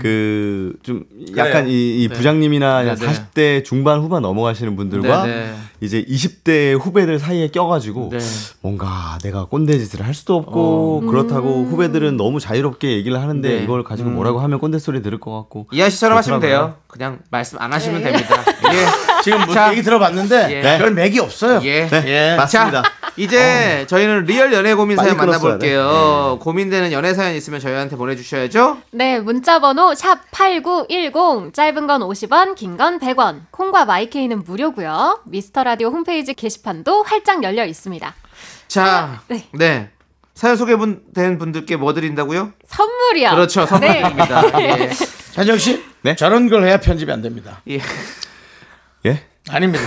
[SPEAKER 7] 그 좀 약간 이, 이 부장님이나
[SPEAKER 2] 네, 네.
[SPEAKER 7] 40대 중반 후반 넘어가시는 분들과
[SPEAKER 2] 네, 네.
[SPEAKER 7] 이제 20대 후배들 사이에 껴가지고
[SPEAKER 2] 네. 어.
[SPEAKER 7] 뭔가 내가 꼰대짓을 할 수도 없고 그렇다고 후배들은 너무 자유롭게 얘기를 하는데
[SPEAKER 2] 네.
[SPEAKER 7] 이걸 가지고 뭐라고 하면 꼰대 소리 들을 것 같고
[SPEAKER 2] 이한 씨처럼 하시면
[SPEAKER 7] 그렇더라고요.
[SPEAKER 2] 돼요. 그냥 말씀 안 하시면 됩니다. 예.
[SPEAKER 1] 지금 무슨
[SPEAKER 2] 자.
[SPEAKER 1] 얘기 들어봤는데
[SPEAKER 2] 예.
[SPEAKER 1] 별 맥이 없어요.
[SPEAKER 2] 예.
[SPEAKER 1] 예.
[SPEAKER 7] 맞습니다.
[SPEAKER 2] 자, 이제 저희는 리얼 연애 고민
[SPEAKER 7] 빨리
[SPEAKER 2] 사연
[SPEAKER 7] 끊었어야
[SPEAKER 2] 만나볼게요. 고민되는 연애 사연 있으면 저희한테 보내주셔야죠.
[SPEAKER 6] 네, 문자 번호 샵8910 짧은 건 50원, 긴 건 100원. 콩과 마이케이는 무료고요. 미스터 라디오 홈페이지 게시판도 활짝 열려 있습니다.
[SPEAKER 2] 자,
[SPEAKER 6] 네.
[SPEAKER 2] 네. 사연 소개된 분들께 뭐 드린다고요?
[SPEAKER 6] 선물이요.
[SPEAKER 2] 그렇죠,
[SPEAKER 6] 네.
[SPEAKER 2] 선물입니다. 예.
[SPEAKER 1] 현정 씨,
[SPEAKER 7] 네?
[SPEAKER 1] 저런 걸 해야 편집이 안 됩니다.
[SPEAKER 2] 예.
[SPEAKER 7] 예?
[SPEAKER 1] 아닙니다.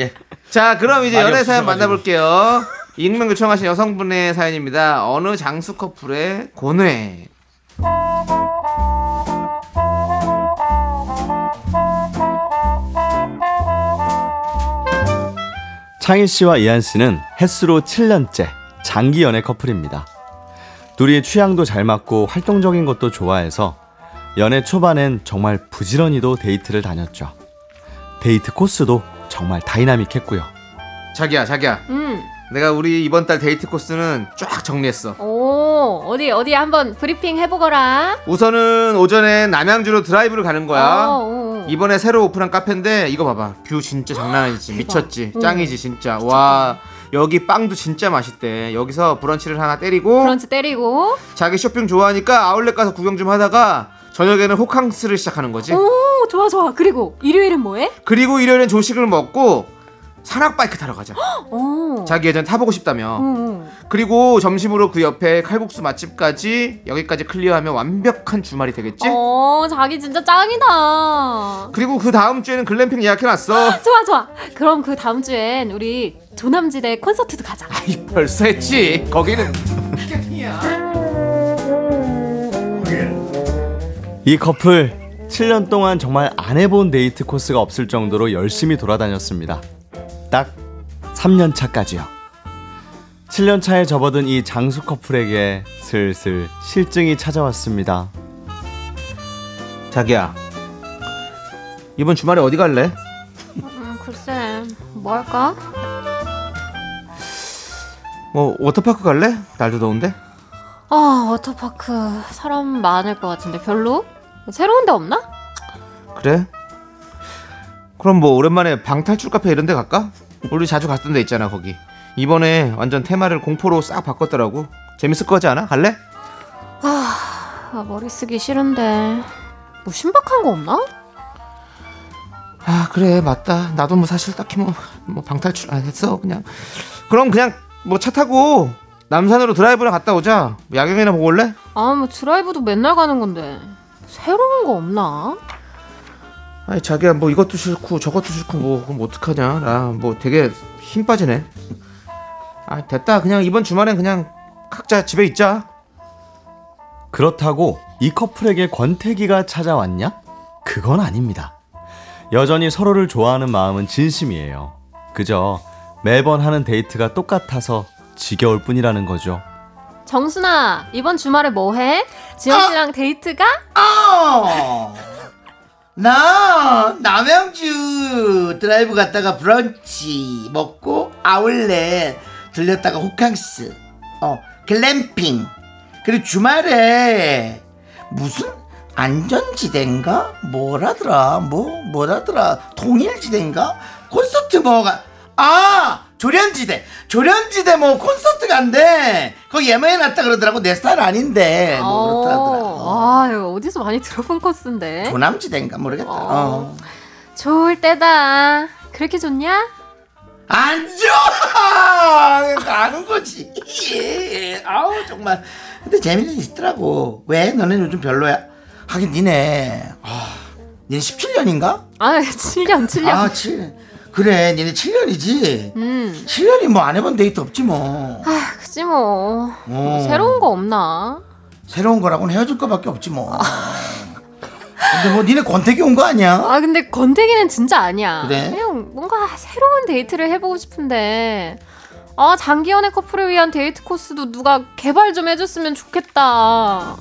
[SPEAKER 1] 예.
[SPEAKER 2] 자, 그럼 이제
[SPEAKER 1] 많이
[SPEAKER 2] 연애 사연
[SPEAKER 1] 없으셔가지고.
[SPEAKER 2] 만나볼게요. 익명 요청하신 여성분의 사연입니다. 어느 장수 커플의 고뇌.
[SPEAKER 7] 창희 씨와 이한 씨는 햇수로 7년째 장기 연애 커플입니다. 둘이 취향도 잘 맞고 활동적인 것도 좋아해서 연애 초반엔 정말 부지런히도 데이트를 다녔죠. 데이트 코스도 정말 다이나믹했고요.
[SPEAKER 2] 자기야, 자기야.
[SPEAKER 6] 음.
[SPEAKER 2] 내가 우리 이번 달 데이트 코스는 쫙 정리했어.
[SPEAKER 6] 오, 어디, 어디 한번 브리핑 해보거라.
[SPEAKER 2] 우선은 오전에 남양주로 드라이브를 가는 거야.
[SPEAKER 6] 어, 어, 어.
[SPEAKER 2] 이번에 새로 오픈한 카페인데 이거 봐봐. 뷰 진짜 장난 아니지. 미쳤지. 짱이지 진짜. 와. 여기 빵도 진짜 맛있대. 여기서 브런치를 하나 때리고
[SPEAKER 6] 브런치 때리고.
[SPEAKER 2] 자기 쇼핑 좋아하니까 아울렛 가서 구경 좀 하다가 저녁에는 호캉스를 시작하는
[SPEAKER 6] 어.
[SPEAKER 2] 거지.
[SPEAKER 6] 오, 좋아, 좋아. 그리고 일요일은 뭐해?
[SPEAKER 2] 그리고 일요일엔 조식을 먹고 산악바이크 타러
[SPEAKER 6] [gasps]
[SPEAKER 2] 가자.
[SPEAKER 6] 오.
[SPEAKER 2] 자기 예전 타보고 싶다며.
[SPEAKER 6] 음,
[SPEAKER 2] 그리고 점심으로 그 옆에 칼국수 맛집까지 여기까지 클리어하면 완벽한 주말이 되겠지?
[SPEAKER 6] 음. 어, 자기 진짜 짱이다.
[SPEAKER 2] 그리고 그 다음 주에는 글램핑
[SPEAKER 6] [gasps]
[SPEAKER 2] 예약해놨어.
[SPEAKER 6] 좋아, 좋아. 그럼 그 다음 주엔 우리 조남지대 콘서트도 가자.
[SPEAKER 2] 아이 벌써 했지. 거기는
[SPEAKER 7] 이 커플 7년 동안 정말 안 해본 데이트 코스가 없을 정도로 열심히 돌아다녔습니다. 딱 3년 차까지요. 7년 차에 접어든 이 장수 커플에게 슬슬 실증이 찾아왔습니다.
[SPEAKER 2] 자기야. 이번 주말에 어디 갈래?
[SPEAKER 6] 음, 글쎄, 뭐 할까?
[SPEAKER 2] 뭐 워터파크 갈래? 날도 더운데.
[SPEAKER 6] 아, 워터파크. 사람 많을 것 같은데, 별로? 새로운 데 없나?
[SPEAKER 2] 그래? 그럼 뭐 오랜만에 방탈출 카페 이런 데 갈까? 우리 자주 갔던 데 있잖아 거기 이번에 완전 테마를 공포로 싹 바꿨더라고 재밌을 거지 않아? 갈래?
[SPEAKER 6] 아, 머리 쓰기 싫은데. 뭐 신박한 거 없나?
[SPEAKER 2] 아 그래 맞다 나도 뭐 사실 딱히 뭐, 뭐 방탈출 안 했어 그냥 그럼 그냥 뭐 차 타고 남산으로 드라이브나 갔다 오자 뭐 야경이나 보고 올래?
[SPEAKER 6] 아, 뭐 드라이브도 맨날 가는 건데. 새로운 거 없나?
[SPEAKER 2] 아니 자기야 뭐 이것도 싫고 저것도 싫고 뭐 그럼 어떡하냐 나 뭐 되게 힘 빠지네 아 됐다 그냥 이번 주말엔 그냥 각자 집에 있자
[SPEAKER 7] 그렇다고 이 커플에게 권태기가 찾아왔냐? 그건 아닙니다. 여전히 서로를 좋아하는 마음은 진심이에요. 그저 매번 하는 데이트가 똑같아서 지겨울 뿐이라는 거죠.
[SPEAKER 6] 정순아, 이번 주말에 뭐 해? 지영 씨랑 데이트가?
[SPEAKER 1] 어! 나 남양주 드라이브 갔다가 브런치 먹고 아울렛 들렸다가 호캉스 어 글램핑 그리고 주말에 무슨 안전지대인가 뭐라더라 뭐 뭐라더라 통일지대인가 콘서트 뭐가 아 조련지대 조련지대 뭐 콘서트 간대 거기 예매해놨다 그러더라고 내 스타일 아닌데 뭐 그렇다 하더라 어.
[SPEAKER 6] 아, 이거 어디서 많이 들어본 코스인데.
[SPEAKER 1] 조남지대인가 모르겠다.
[SPEAKER 6] 네? 어.
[SPEAKER 1] 어.
[SPEAKER 6] 좋을 때다. 그렇게 좋냐?
[SPEAKER 1] 안 좋아! [laughs] 가는 거지. [laughs] 예. 아우 정말. 근데 재미는 있더라고. 왜? 너는 요즘 별로야? 하긴 니네. 아, 니네 17년인가?
[SPEAKER 6] 아, [laughs] 7년, 7년.
[SPEAKER 1] 아, 7. 그래, 니네 7년이지.
[SPEAKER 6] 음.
[SPEAKER 1] 7년이 뭐 안 해본 데이트 없지 뭐.
[SPEAKER 6] 아, 그지 뭐. 뭐
[SPEAKER 1] 어.
[SPEAKER 6] 새로운 거 없나?
[SPEAKER 1] 새로운 거라고는 헤어질 거밖에 없지 뭐. 근데 뭐 니네 권태기 온 거 아니야?
[SPEAKER 6] 아, 근데 권태기는 진짜 아니야.
[SPEAKER 1] 그래?
[SPEAKER 6] 냥 뭔가 새로운 데이트를 해보고 싶은데. 아, 장기연애 커플을 위한 데이트 코스도 누가 개발 좀 해줬으면 좋겠다.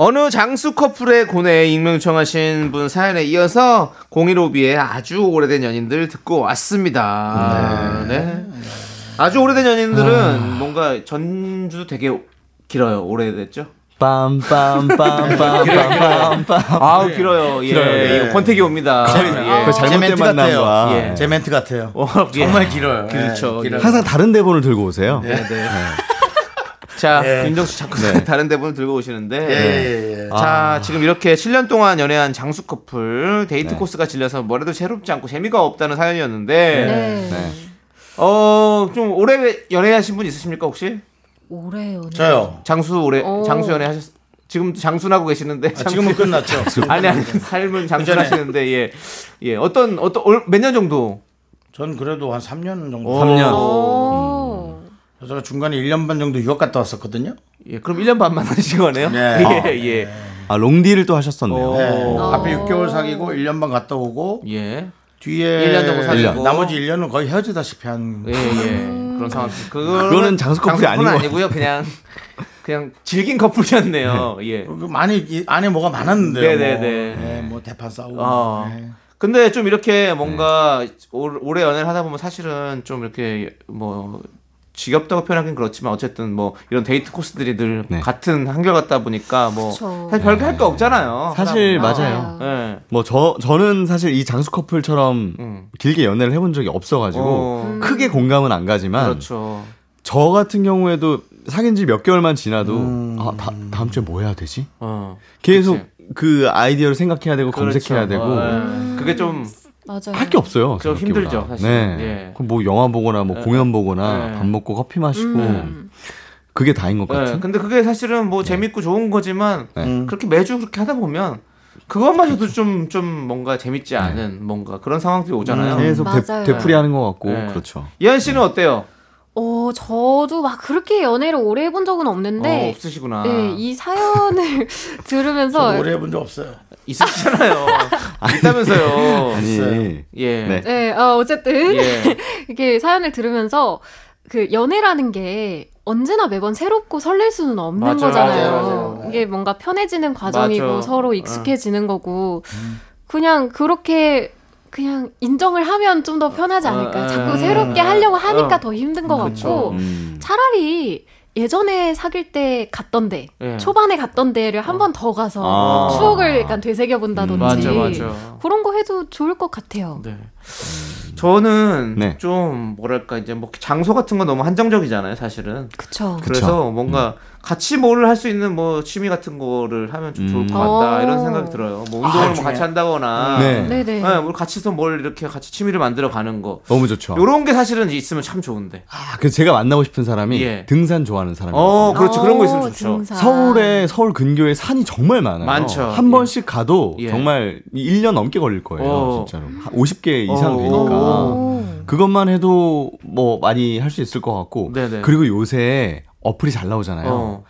[SPEAKER 2] 어느 장수 커플의 고뇌에 익명 요청하신 분 사연에 이어서 015B의 아주 오래된 연인들 듣고 왔습니다. 네. 아주 오래된 연인들은 뭔가 전주도 되게 길어요. 오래됐죠? [laughs]
[SPEAKER 7] 빰빰빰빰빰빰.
[SPEAKER 2] 아, 길어요. 예.
[SPEAKER 7] 길어요, 네.
[SPEAKER 2] 이거 권태기 옵니다. 예.
[SPEAKER 7] 그 잘못된
[SPEAKER 1] 멘트
[SPEAKER 7] 만남
[SPEAKER 1] 같아요.
[SPEAKER 7] 과
[SPEAKER 2] 예.
[SPEAKER 1] 제 멘트 같아요.
[SPEAKER 2] 어, 예.
[SPEAKER 1] 정말 길어요. 예,
[SPEAKER 2] 그렇죠.
[SPEAKER 1] 길어요.
[SPEAKER 7] 항상 다른 대본을 들고 오세요.
[SPEAKER 2] 네, 네. 자,
[SPEAKER 1] 예.
[SPEAKER 2] 윤정 씨 자꾸 [laughs]
[SPEAKER 7] 네.
[SPEAKER 2] 다른 대본을 들고 오시는데
[SPEAKER 1] 예, 예, 예.
[SPEAKER 2] 자, 지금 이렇게 7년 동안 연애한 장수 커플 데이트 코스가 질려서 뭐래도 새롭지 않고 재미가 없다는 사연이었는데
[SPEAKER 6] 네.
[SPEAKER 2] 어, 좀 오래 연애하신 분 있으십니까 혹시?
[SPEAKER 6] 오래 연애.
[SPEAKER 1] 저요.
[SPEAKER 2] 장수 오래
[SPEAKER 6] 오.
[SPEAKER 2] 장수 연애 하셨 지금 장수하고 계시는데
[SPEAKER 1] 아, 지금은
[SPEAKER 7] [laughs]
[SPEAKER 1] 끝났죠.
[SPEAKER 2] 아니 아니 삶은 장수하시는데 예. 예. 어떤 어떤 몇 년 정도?
[SPEAKER 1] 전 그래도 한 3년 정도.
[SPEAKER 2] 삼 년.
[SPEAKER 6] 오.
[SPEAKER 1] 제가 중간에 1년 반 정도 유학 갔다 왔었거든요.
[SPEAKER 2] 예. 그럼 1년 반만 [laughs] 하신 거네요?
[SPEAKER 1] 네.
[SPEAKER 2] 예. 예.
[SPEAKER 7] 아 롱디를 또 하셨었네요.
[SPEAKER 2] 어.
[SPEAKER 1] 앞에 6개월 사귀고 1년 반 갔다 오고
[SPEAKER 2] 예.
[SPEAKER 1] 뒤에
[SPEAKER 2] 1년 정도 사귀고.
[SPEAKER 1] 나머지 1년은 거의 헤어지다시피 한
[SPEAKER 2] 예, 예. 그런 상황. 그거는
[SPEAKER 7] 그거는 장수 커플이 아닌 것
[SPEAKER 2] 아니고요. 그냥 그냥 즐긴 커플이었네요. 예.
[SPEAKER 1] 그 많이 이 안에 뭐가 많았는데요.
[SPEAKER 2] 네네네.
[SPEAKER 1] 뭐, 예, 뭐 대파 싸우고.
[SPEAKER 2] 어.
[SPEAKER 1] 예.
[SPEAKER 2] 근데 좀 이렇게 뭔가
[SPEAKER 7] 네.
[SPEAKER 2] 올- 오래 연애를 하다 보면 사실은 좀 이렇게 뭐 지겹다고 표현하긴 그렇지만 어쨌든 뭐 이런 데이트 코스들이 늘
[SPEAKER 7] 네.
[SPEAKER 2] 같은 한결 같다 보니까 뭐
[SPEAKER 6] 그쵸.
[SPEAKER 2] 사실 별게 할 거 없잖아요.
[SPEAKER 7] 사실
[SPEAKER 6] 맞아요.
[SPEAKER 7] 맞아요.
[SPEAKER 2] 예.
[SPEAKER 7] 뭐 저 저는 사실 이 장수 커플처럼
[SPEAKER 2] 음.
[SPEAKER 7] 길게 연애를 해본 적이 없어가지고 음. 어.
[SPEAKER 2] 어,
[SPEAKER 7] 크게 공감은 안 가지만
[SPEAKER 2] 그렇죠.
[SPEAKER 7] 저 같은 경우에도 사귄 지 몇 개월만 지나도
[SPEAKER 2] 음.
[SPEAKER 7] 아 다, 다음 주에 뭐 해야 되지?
[SPEAKER 2] 어.
[SPEAKER 7] 계속 그 아이디어를 생각해야 되고 검색해야
[SPEAKER 2] 그렇죠.
[SPEAKER 7] 되고
[SPEAKER 6] 음.
[SPEAKER 2] 어, 예. 그게 좀
[SPEAKER 11] 맞아요.
[SPEAKER 7] 할 게 없어요.
[SPEAKER 2] 좀
[SPEAKER 7] 생각해보면.
[SPEAKER 2] 힘들죠, 사실.
[SPEAKER 7] 네.
[SPEAKER 2] 예.
[SPEAKER 7] 그럼 뭐 영화 보거나 뭐
[SPEAKER 2] 예.
[SPEAKER 7] 공연
[SPEAKER 2] 예.
[SPEAKER 7] 보거나 밥 먹고 커피 마시고
[SPEAKER 2] 음.
[SPEAKER 6] 음.
[SPEAKER 1] 네.
[SPEAKER 7] 그게 다인 것
[SPEAKER 2] 예,
[SPEAKER 7] 뭐 같은.
[SPEAKER 2] 근데 그게 사실은 뭐 재밌고 좋은 거지만
[SPEAKER 6] 음.
[SPEAKER 7] 네. 그렇죠.
[SPEAKER 2] 그렇게 매주 그렇게 하다 보면 그것마저도 좀 좀 뭔가 재밌지
[SPEAKER 7] 네.
[SPEAKER 2] 않은 뭔가 그런 상황들이 오잖아요.
[SPEAKER 7] 계속
[SPEAKER 6] 맞아요.
[SPEAKER 7] 되, 풀이 하는 것 같고
[SPEAKER 2] 예.
[SPEAKER 7] 그렇죠.
[SPEAKER 2] 예은 씨는 어때요?
[SPEAKER 6] 어, 저도 막 그렇게 연애를 오래 해본 적은
[SPEAKER 2] 어,
[SPEAKER 6] 없는데,
[SPEAKER 2] 없으시구나.
[SPEAKER 6] 네, 이 사연을 [laughs] 들으면서
[SPEAKER 1] 저도 오래 해본 적 없어요.
[SPEAKER 2] 있으시잖아요. 있다면서요.
[SPEAKER 7] 아니
[SPEAKER 2] 예.
[SPEAKER 7] 네.
[SPEAKER 6] 네, 어, 어쨌든
[SPEAKER 2] 예.
[SPEAKER 6] 이게 사연을 들으면서 그 연애라는 게 언제나 매번 새롭고 설렐 수는 없는
[SPEAKER 2] 맞아요,
[SPEAKER 6] 거잖아요.
[SPEAKER 2] 맞아요, 맞아요.
[SPEAKER 6] 이게 뭔가 편해지는 과정이고
[SPEAKER 2] 맞아요. 음.
[SPEAKER 6] 서로 익숙해지는 거고 그냥 그렇게 그냥 인정을 하면 좀 더 편하지
[SPEAKER 2] 어,
[SPEAKER 6] 않을까요?
[SPEAKER 2] 어,
[SPEAKER 6] 자꾸
[SPEAKER 2] 어,
[SPEAKER 6] 새롭게
[SPEAKER 2] 어,
[SPEAKER 6] 하려고 하니까
[SPEAKER 2] 어.
[SPEAKER 6] 더 힘든 것 같고
[SPEAKER 7] 음.
[SPEAKER 6] 차라리 예전에 사귈 때 갔던 데
[SPEAKER 2] 예.
[SPEAKER 6] 초반에 갔던 데를 한 번 더 가서
[SPEAKER 7] 아.
[SPEAKER 6] 추억을 약간 되새겨 본다든지
[SPEAKER 2] 어. 음, 맞아, 맞아.
[SPEAKER 6] 그런 거 해도 좋을 것 같아요.
[SPEAKER 2] 네. 저는
[SPEAKER 7] 네.
[SPEAKER 2] 좀 뭐랄까 이제 뭐 장소 같은 건 너무 한정적이잖아요, 사실은.
[SPEAKER 6] 그쵸.
[SPEAKER 2] 그래서 뭔가
[SPEAKER 7] 음.
[SPEAKER 2] 같이 뭐를 할 수 있는 뭐 취미 같은 거를 하면 좀 좋을 것 같다
[SPEAKER 6] 어.
[SPEAKER 2] 이런 생각이 들어요. 뭐 운동을 뭐
[SPEAKER 1] 중요해요.
[SPEAKER 2] 같이 한다거나,
[SPEAKER 7] 음. 네.
[SPEAKER 6] 네네.
[SPEAKER 2] 예, 뭐 같이서 뭘 이렇게 같이 취미를 만들어 가는 거.
[SPEAKER 7] 너무 좋죠.
[SPEAKER 2] 요런 게 사실은 있으면 참 좋은데.
[SPEAKER 7] 아, 네. 그 제가 만나고 싶은 사람이
[SPEAKER 2] 예.
[SPEAKER 7] 등산 좋아하는 사람이에요.
[SPEAKER 2] 어, 그렇죠. 그런 거 있으면
[SPEAKER 6] 오,
[SPEAKER 2] 좋죠.
[SPEAKER 6] 등산.
[SPEAKER 7] 서울에 서울 근교에 산이 정말 많아요.
[SPEAKER 2] 많죠.
[SPEAKER 7] 한
[SPEAKER 2] 예.
[SPEAKER 7] 번씩 가도
[SPEAKER 2] 예.
[SPEAKER 7] 정말 1년 넘게 걸릴 거예요,
[SPEAKER 2] 어.
[SPEAKER 7] 진짜로. 한 50개 이상
[SPEAKER 2] 어.
[SPEAKER 7] 되니까.
[SPEAKER 6] 오.
[SPEAKER 7] 그것만 해도 뭐 많이 할 수 있을 것 같고.
[SPEAKER 2] 네네.
[SPEAKER 7] 그리고 요새 어플이 잘 나오잖아요.
[SPEAKER 2] 어.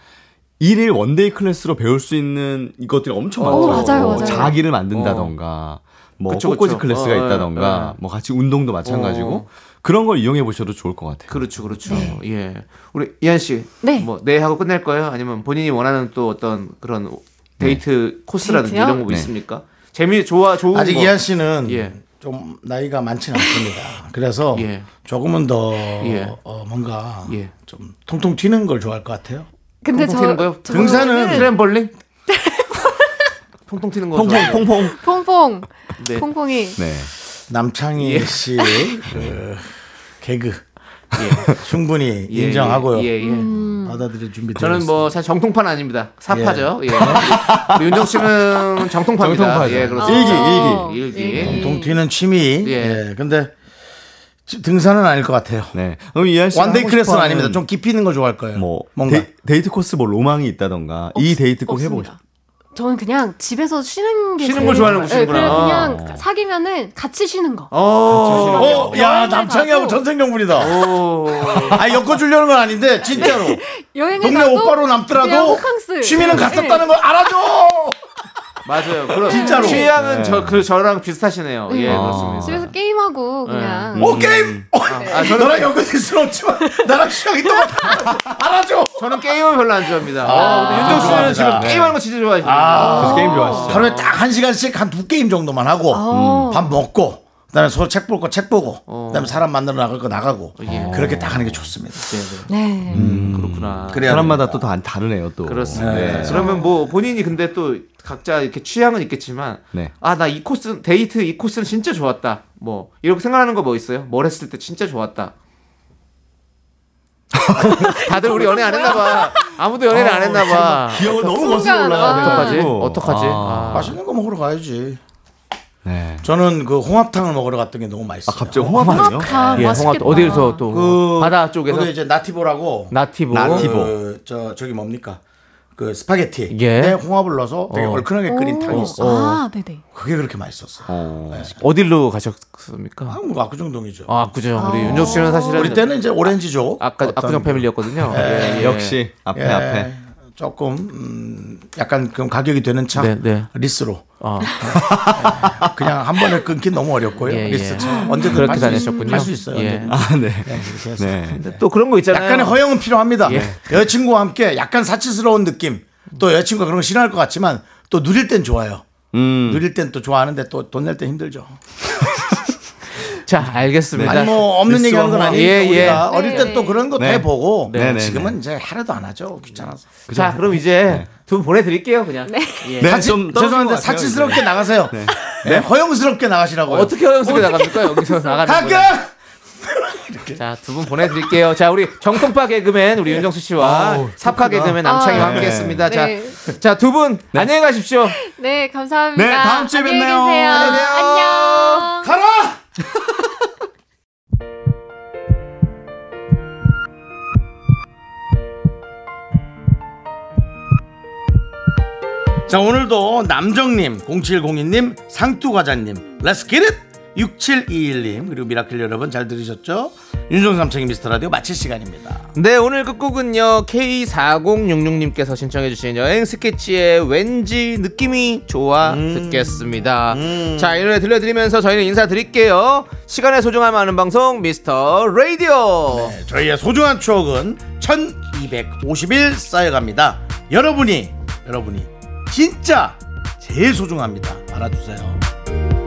[SPEAKER 7] 일일 원데이 클래스로 배울 수 있는 것들이 엄청
[SPEAKER 6] 어,
[SPEAKER 7] 많아요.
[SPEAKER 6] 맞아요, 맞아요.
[SPEAKER 7] 자기를 만든다던가, 뭐
[SPEAKER 2] 그쵸, 그쵸.
[SPEAKER 7] 꽃꽂이 클래스가
[SPEAKER 2] 어,
[SPEAKER 7] 있다던가,
[SPEAKER 2] 예, 예.
[SPEAKER 7] 뭐 같이 운동도 마찬가지고
[SPEAKER 2] 어.
[SPEAKER 7] 그런 걸 이용해 보셔도 좋을 것 같아요.
[SPEAKER 2] 그렇죠, 그렇죠. 예. 우리 이한 씨.
[SPEAKER 6] 네.
[SPEAKER 2] 뭐, 네 하고 끝낼 거예요? 아니면 본인이 원하는 또 어떤 그런 데이트 코스라든지
[SPEAKER 6] 데이트요?
[SPEAKER 2] 이런 거뭐
[SPEAKER 7] 네.
[SPEAKER 2] 있습니까? 재미, 좋아, 좋은
[SPEAKER 1] 아직
[SPEAKER 2] 거.
[SPEAKER 1] 이한 씨는
[SPEAKER 2] 예.
[SPEAKER 1] 좀 나이가 많지는 않습니다. 그래서
[SPEAKER 2] 예.
[SPEAKER 1] 조금은 더
[SPEAKER 2] 예.
[SPEAKER 1] 어, 뭔가
[SPEAKER 2] 예.
[SPEAKER 1] 좀 통통 튀는 걸 좋아할 것 같아요.
[SPEAKER 6] 근데
[SPEAKER 2] 통통 튀는 거요?
[SPEAKER 6] 저
[SPEAKER 1] 등산은
[SPEAKER 6] [laughs]
[SPEAKER 2] 트램볼링? 통통 튀는 거.
[SPEAKER 7] 퐁퐁
[SPEAKER 2] 좋아해요.
[SPEAKER 7] 퐁퐁.
[SPEAKER 6] 퐁퐁
[SPEAKER 2] 네.
[SPEAKER 6] 퐁퐁이
[SPEAKER 7] 네.
[SPEAKER 1] 남창희 씨의
[SPEAKER 2] [laughs]
[SPEAKER 1] 그 개그
[SPEAKER 2] 예.
[SPEAKER 1] 충분히
[SPEAKER 2] 예,
[SPEAKER 1] 인정하고요.
[SPEAKER 2] 예, 예.
[SPEAKER 6] 음.
[SPEAKER 1] 받아들일 준비.
[SPEAKER 2] 저는 뭐 사실 정통판 아닙니다. 사파죠. 예. 우리 윤정 씨는 정통파입니다.
[SPEAKER 7] 정통파죠.
[SPEAKER 2] 예, 그렇습니다.
[SPEAKER 7] 아, 일기,
[SPEAKER 6] 어,
[SPEAKER 7] 일기.
[SPEAKER 2] 일기.
[SPEAKER 1] 통통 튀는 취미.
[SPEAKER 2] 예.
[SPEAKER 1] 예. 근데 지- 등산은 아닐 것 같아요.
[SPEAKER 7] 네. 그럼 이한 씨
[SPEAKER 1] 원데이 클래스는 아닙니다. 좀 깊이 있는 걸 좋아할 거예요.
[SPEAKER 7] 뭐
[SPEAKER 1] 뭔가
[SPEAKER 7] 데이, 트 코스 뭐 로망이 있다던가 이 데이트 꼭 해보고 싶.
[SPEAKER 6] 없습니다. 저는 그냥 집에서 쉬는 게
[SPEAKER 2] 쉬는
[SPEAKER 6] 제일
[SPEAKER 2] 걸 좋아하는
[SPEAKER 6] 좋아요. 예, 그냥
[SPEAKER 2] 분이시구나.
[SPEAKER 6] 그냥 사귀면은 같이 쉬는 거.
[SPEAKER 2] 어.
[SPEAKER 1] 어, 야,
[SPEAKER 6] 여행을
[SPEAKER 1] 남창희하고
[SPEAKER 6] 가도-
[SPEAKER 1] 전생연분이다.
[SPEAKER 2] 오.
[SPEAKER 1] 아, 엮어주려는 건 아닌데, 진짜로.
[SPEAKER 6] 여행을
[SPEAKER 1] 동네
[SPEAKER 6] 가도
[SPEAKER 1] 오빠로
[SPEAKER 6] 네. 그냥
[SPEAKER 1] 남더라도
[SPEAKER 6] 호캉스.
[SPEAKER 1] 취미는
[SPEAKER 6] 예,
[SPEAKER 1] 갔었다는
[SPEAKER 6] 예.
[SPEAKER 1] 걸
[SPEAKER 2] 음.
[SPEAKER 1] 알아줘!
[SPEAKER 2] 맞아요. 그럼
[SPEAKER 1] 진짜로.
[SPEAKER 2] 취향은 저 그 저랑 비슷하시네요. 예,
[SPEAKER 6] 아.
[SPEAKER 2] 그렇습니다.
[SPEAKER 6] 집에서 게임하고
[SPEAKER 2] 네.
[SPEAKER 7] 음.
[SPEAKER 6] 그냥
[SPEAKER 1] 오, 게임! 어,
[SPEAKER 2] 아, 저는-
[SPEAKER 1] 너랑 연관될 수는 없지만, 나랑 취향이 똑같아. 알아줘!
[SPEAKER 2] 저는 게임을 별로 안 좋아합니다. 아, 근데 윤정 씨는
[SPEAKER 1] 좋아합니다.
[SPEAKER 2] 지금
[SPEAKER 1] 네.
[SPEAKER 2] 게임하는 거 진짜 좋아하시네요.
[SPEAKER 7] 그래서 게임 좋아하시죠.
[SPEAKER 1] 하루에 딱 한 시간씩 한 두 게임 정도만 하고,
[SPEAKER 7] 음,
[SPEAKER 6] 어.
[SPEAKER 1] 밥 먹고, 그 다음에 서로 책 볼 거 책 보고,
[SPEAKER 2] 어.
[SPEAKER 1] 그 다음에 사람 만나러 나갈 거 나가고,
[SPEAKER 2] 예.
[SPEAKER 1] 그렇게 딱 하는 게 좋습니다.
[SPEAKER 6] 네.
[SPEAKER 2] 그렇구나.
[SPEAKER 1] 그래야
[SPEAKER 7] 음, 사람마다 또 다 다르네요 또.
[SPEAKER 2] 그렇습니다. 그러면 뭐 본인이 근데 또 각자 이렇게 취향은 있겠지만
[SPEAKER 7] 네.
[SPEAKER 2] 아 나 이 코스 데이트 이 코스는 진짜 좋았다. 뭐 이렇게 생각하는 거 뭐 있어요? 뭘 했을 때 진짜 [laughs] 좋았다. 다들 우리 연애 안 했나 봐. 아무도 연애를 안 했나 어, 봐.
[SPEAKER 7] 기억을 너무
[SPEAKER 6] 순간,
[SPEAKER 7] 거슬러 올라가네요.
[SPEAKER 6] 아.
[SPEAKER 2] 어떡하지? 어떡하지? 아.
[SPEAKER 1] 맛있는 거 먹으러 가야지.
[SPEAKER 7] 네.
[SPEAKER 1] 저는 그 홍합탕을 먹으러 갔던 게 너무 맛있어요.
[SPEAKER 7] 아 갑자기 홍합이요?
[SPEAKER 6] 다
[SPEAKER 2] 예, 홍합
[SPEAKER 6] 아, 맛있겠다.
[SPEAKER 2] 어디서 또
[SPEAKER 1] 그-
[SPEAKER 2] 바다 쪽에서
[SPEAKER 1] 그게 이제 나티보라고
[SPEAKER 2] 나티보.
[SPEAKER 7] 나티보.
[SPEAKER 1] 그, 저 저기 뭡니까 그 스파게티
[SPEAKER 2] 예.
[SPEAKER 1] 에 홍합을 넣어서 되게 얼큰하게 끓인 탕이 있어. 요
[SPEAKER 6] 아, 네네.
[SPEAKER 1] 그게 그렇게 맛있었어. 요
[SPEAKER 2] 어디로
[SPEAKER 6] 아,
[SPEAKER 2] 가셨습니까?
[SPEAKER 1] 한국 그 압구정동이죠.
[SPEAKER 2] 아, 압구정. 우리 윤정 씨는 사실은
[SPEAKER 1] 우리 때는 이제 오렌지족.
[SPEAKER 2] 아까
[SPEAKER 1] 어떤-
[SPEAKER 2] 압구정 패밀리였거든요. 예, 예.
[SPEAKER 7] 네, 역시 앞에
[SPEAKER 1] 예,
[SPEAKER 7] 앞에.
[SPEAKER 1] 조금 음, 약간 그 가격이 되는 차
[SPEAKER 2] 네, 네.
[SPEAKER 1] 리스로
[SPEAKER 2] 어.
[SPEAKER 1] [laughs] 그냥 한 번에 끊긴 너무 어렵고요.
[SPEAKER 2] 예, 예.
[SPEAKER 1] 그래서
[SPEAKER 6] 아,
[SPEAKER 1] 참 언제든
[SPEAKER 2] 그렇게
[SPEAKER 1] 할수
[SPEAKER 2] 다녔었군요.
[SPEAKER 1] 할수 있어요.
[SPEAKER 2] 예.
[SPEAKER 1] 언제든.
[SPEAKER 7] 아, 네.
[SPEAKER 1] 그냥 그렇게 해서.
[SPEAKER 7] 네.
[SPEAKER 1] 네.
[SPEAKER 2] 또 그런 거 있잖아요.
[SPEAKER 1] 약간의 허영은 필요합니다.
[SPEAKER 2] 예.
[SPEAKER 1] 여자친구와 함께 약간 사치스러운 느낌. 또 여자친구가 그런 거 싫어할 것 같지만 또 누릴 땐 좋아요.
[SPEAKER 7] 음.
[SPEAKER 1] 누릴 땐 또 좋아하는데 또 돈 낼 땐 힘들죠.
[SPEAKER 2] 자, 알겠습니다.
[SPEAKER 1] 아니 뭐 없는 얘기 하는 건 아니에요.
[SPEAKER 2] 예, 예.
[SPEAKER 1] 우리가 어릴 땐 또 그런 거
[SPEAKER 7] 네.
[SPEAKER 1] 대보고
[SPEAKER 7] 네, 네,
[SPEAKER 1] 지금은 이제 하나도 안 하죠. 귀찮아서.
[SPEAKER 2] 자, 그럼 이제
[SPEAKER 1] 네.
[SPEAKER 2] 두 분 보내드릴게요, 그냥. 예.
[SPEAKER 7] 네,
[SPEAKER 1] 사치-
[SPEAKER 7] 좀 떨어진 것
[SPEAKER 1] 죄송한데
[SPEAKER 7] 같아요,
[SPEAKER 1] 사치스럽게
[SPEAKER 7] 이제.
[SPEAKER 1] 나가세요. 네. 허영스럽게 나가시라고. 요
[SPEAKER 2] 어떻게 허영스럽게 나갑니까?
[SPEAKER 6] [laughs]
[SPEAKER 2] 여기서
[SPEAKER 6] 네.
[SPEAKER 2] 나가는 거예요.
[SPEAKER 1] 가끔
[SPEAKER 2] 자, 두 분 보내드릴게요. 자, 우리 정통파 개그맨 우리 윤정수 씨와 삽파 네. 개그맨 남창희와
[SPEAKER 6] 아,
[SPEAKER 2] 함께했습니다.
[SPEAKER 6] 네.
[SPEAKER 2] 자, 자, 두 분 안녕히 가십시오.
[SPEAKER 6] 네, 감사합니다.
[SPEAKER 7] 네, 다음 주에
[SPEAKER 6] 안녕히
[SPEAKER 7] 뵙나요?
[SPEAKER 6] 계세요.
[SPEAKER 7] 안녕히
[SPEAKER 6] 안녕.
[SPEAKER 1] 가라. 자 오늘도 남정님, 0702님, 상투과자님, Let's get it! 6721님 그리고 미라클 여러분 잘 들으셨죠? 윤종삼청의 미스터라디오 마칠 시간입니다
[SPEAKER 2] 네, 오늘 끝곡은요. K4066님께서 신청해주신 여행 스케치의 왠지 느낌이 좋아 듣겠습니다. 자, 이 노래 들려드리면서 저희는 인사드릴게요. 시간의 소중함 아는 방송 미스터 라디오.
[SPEAKER 1] 저희의 소중한 추억은 1251 쌓여갑니다 여러분이 여러분이 진짜 제일 소중합니다 알아주세요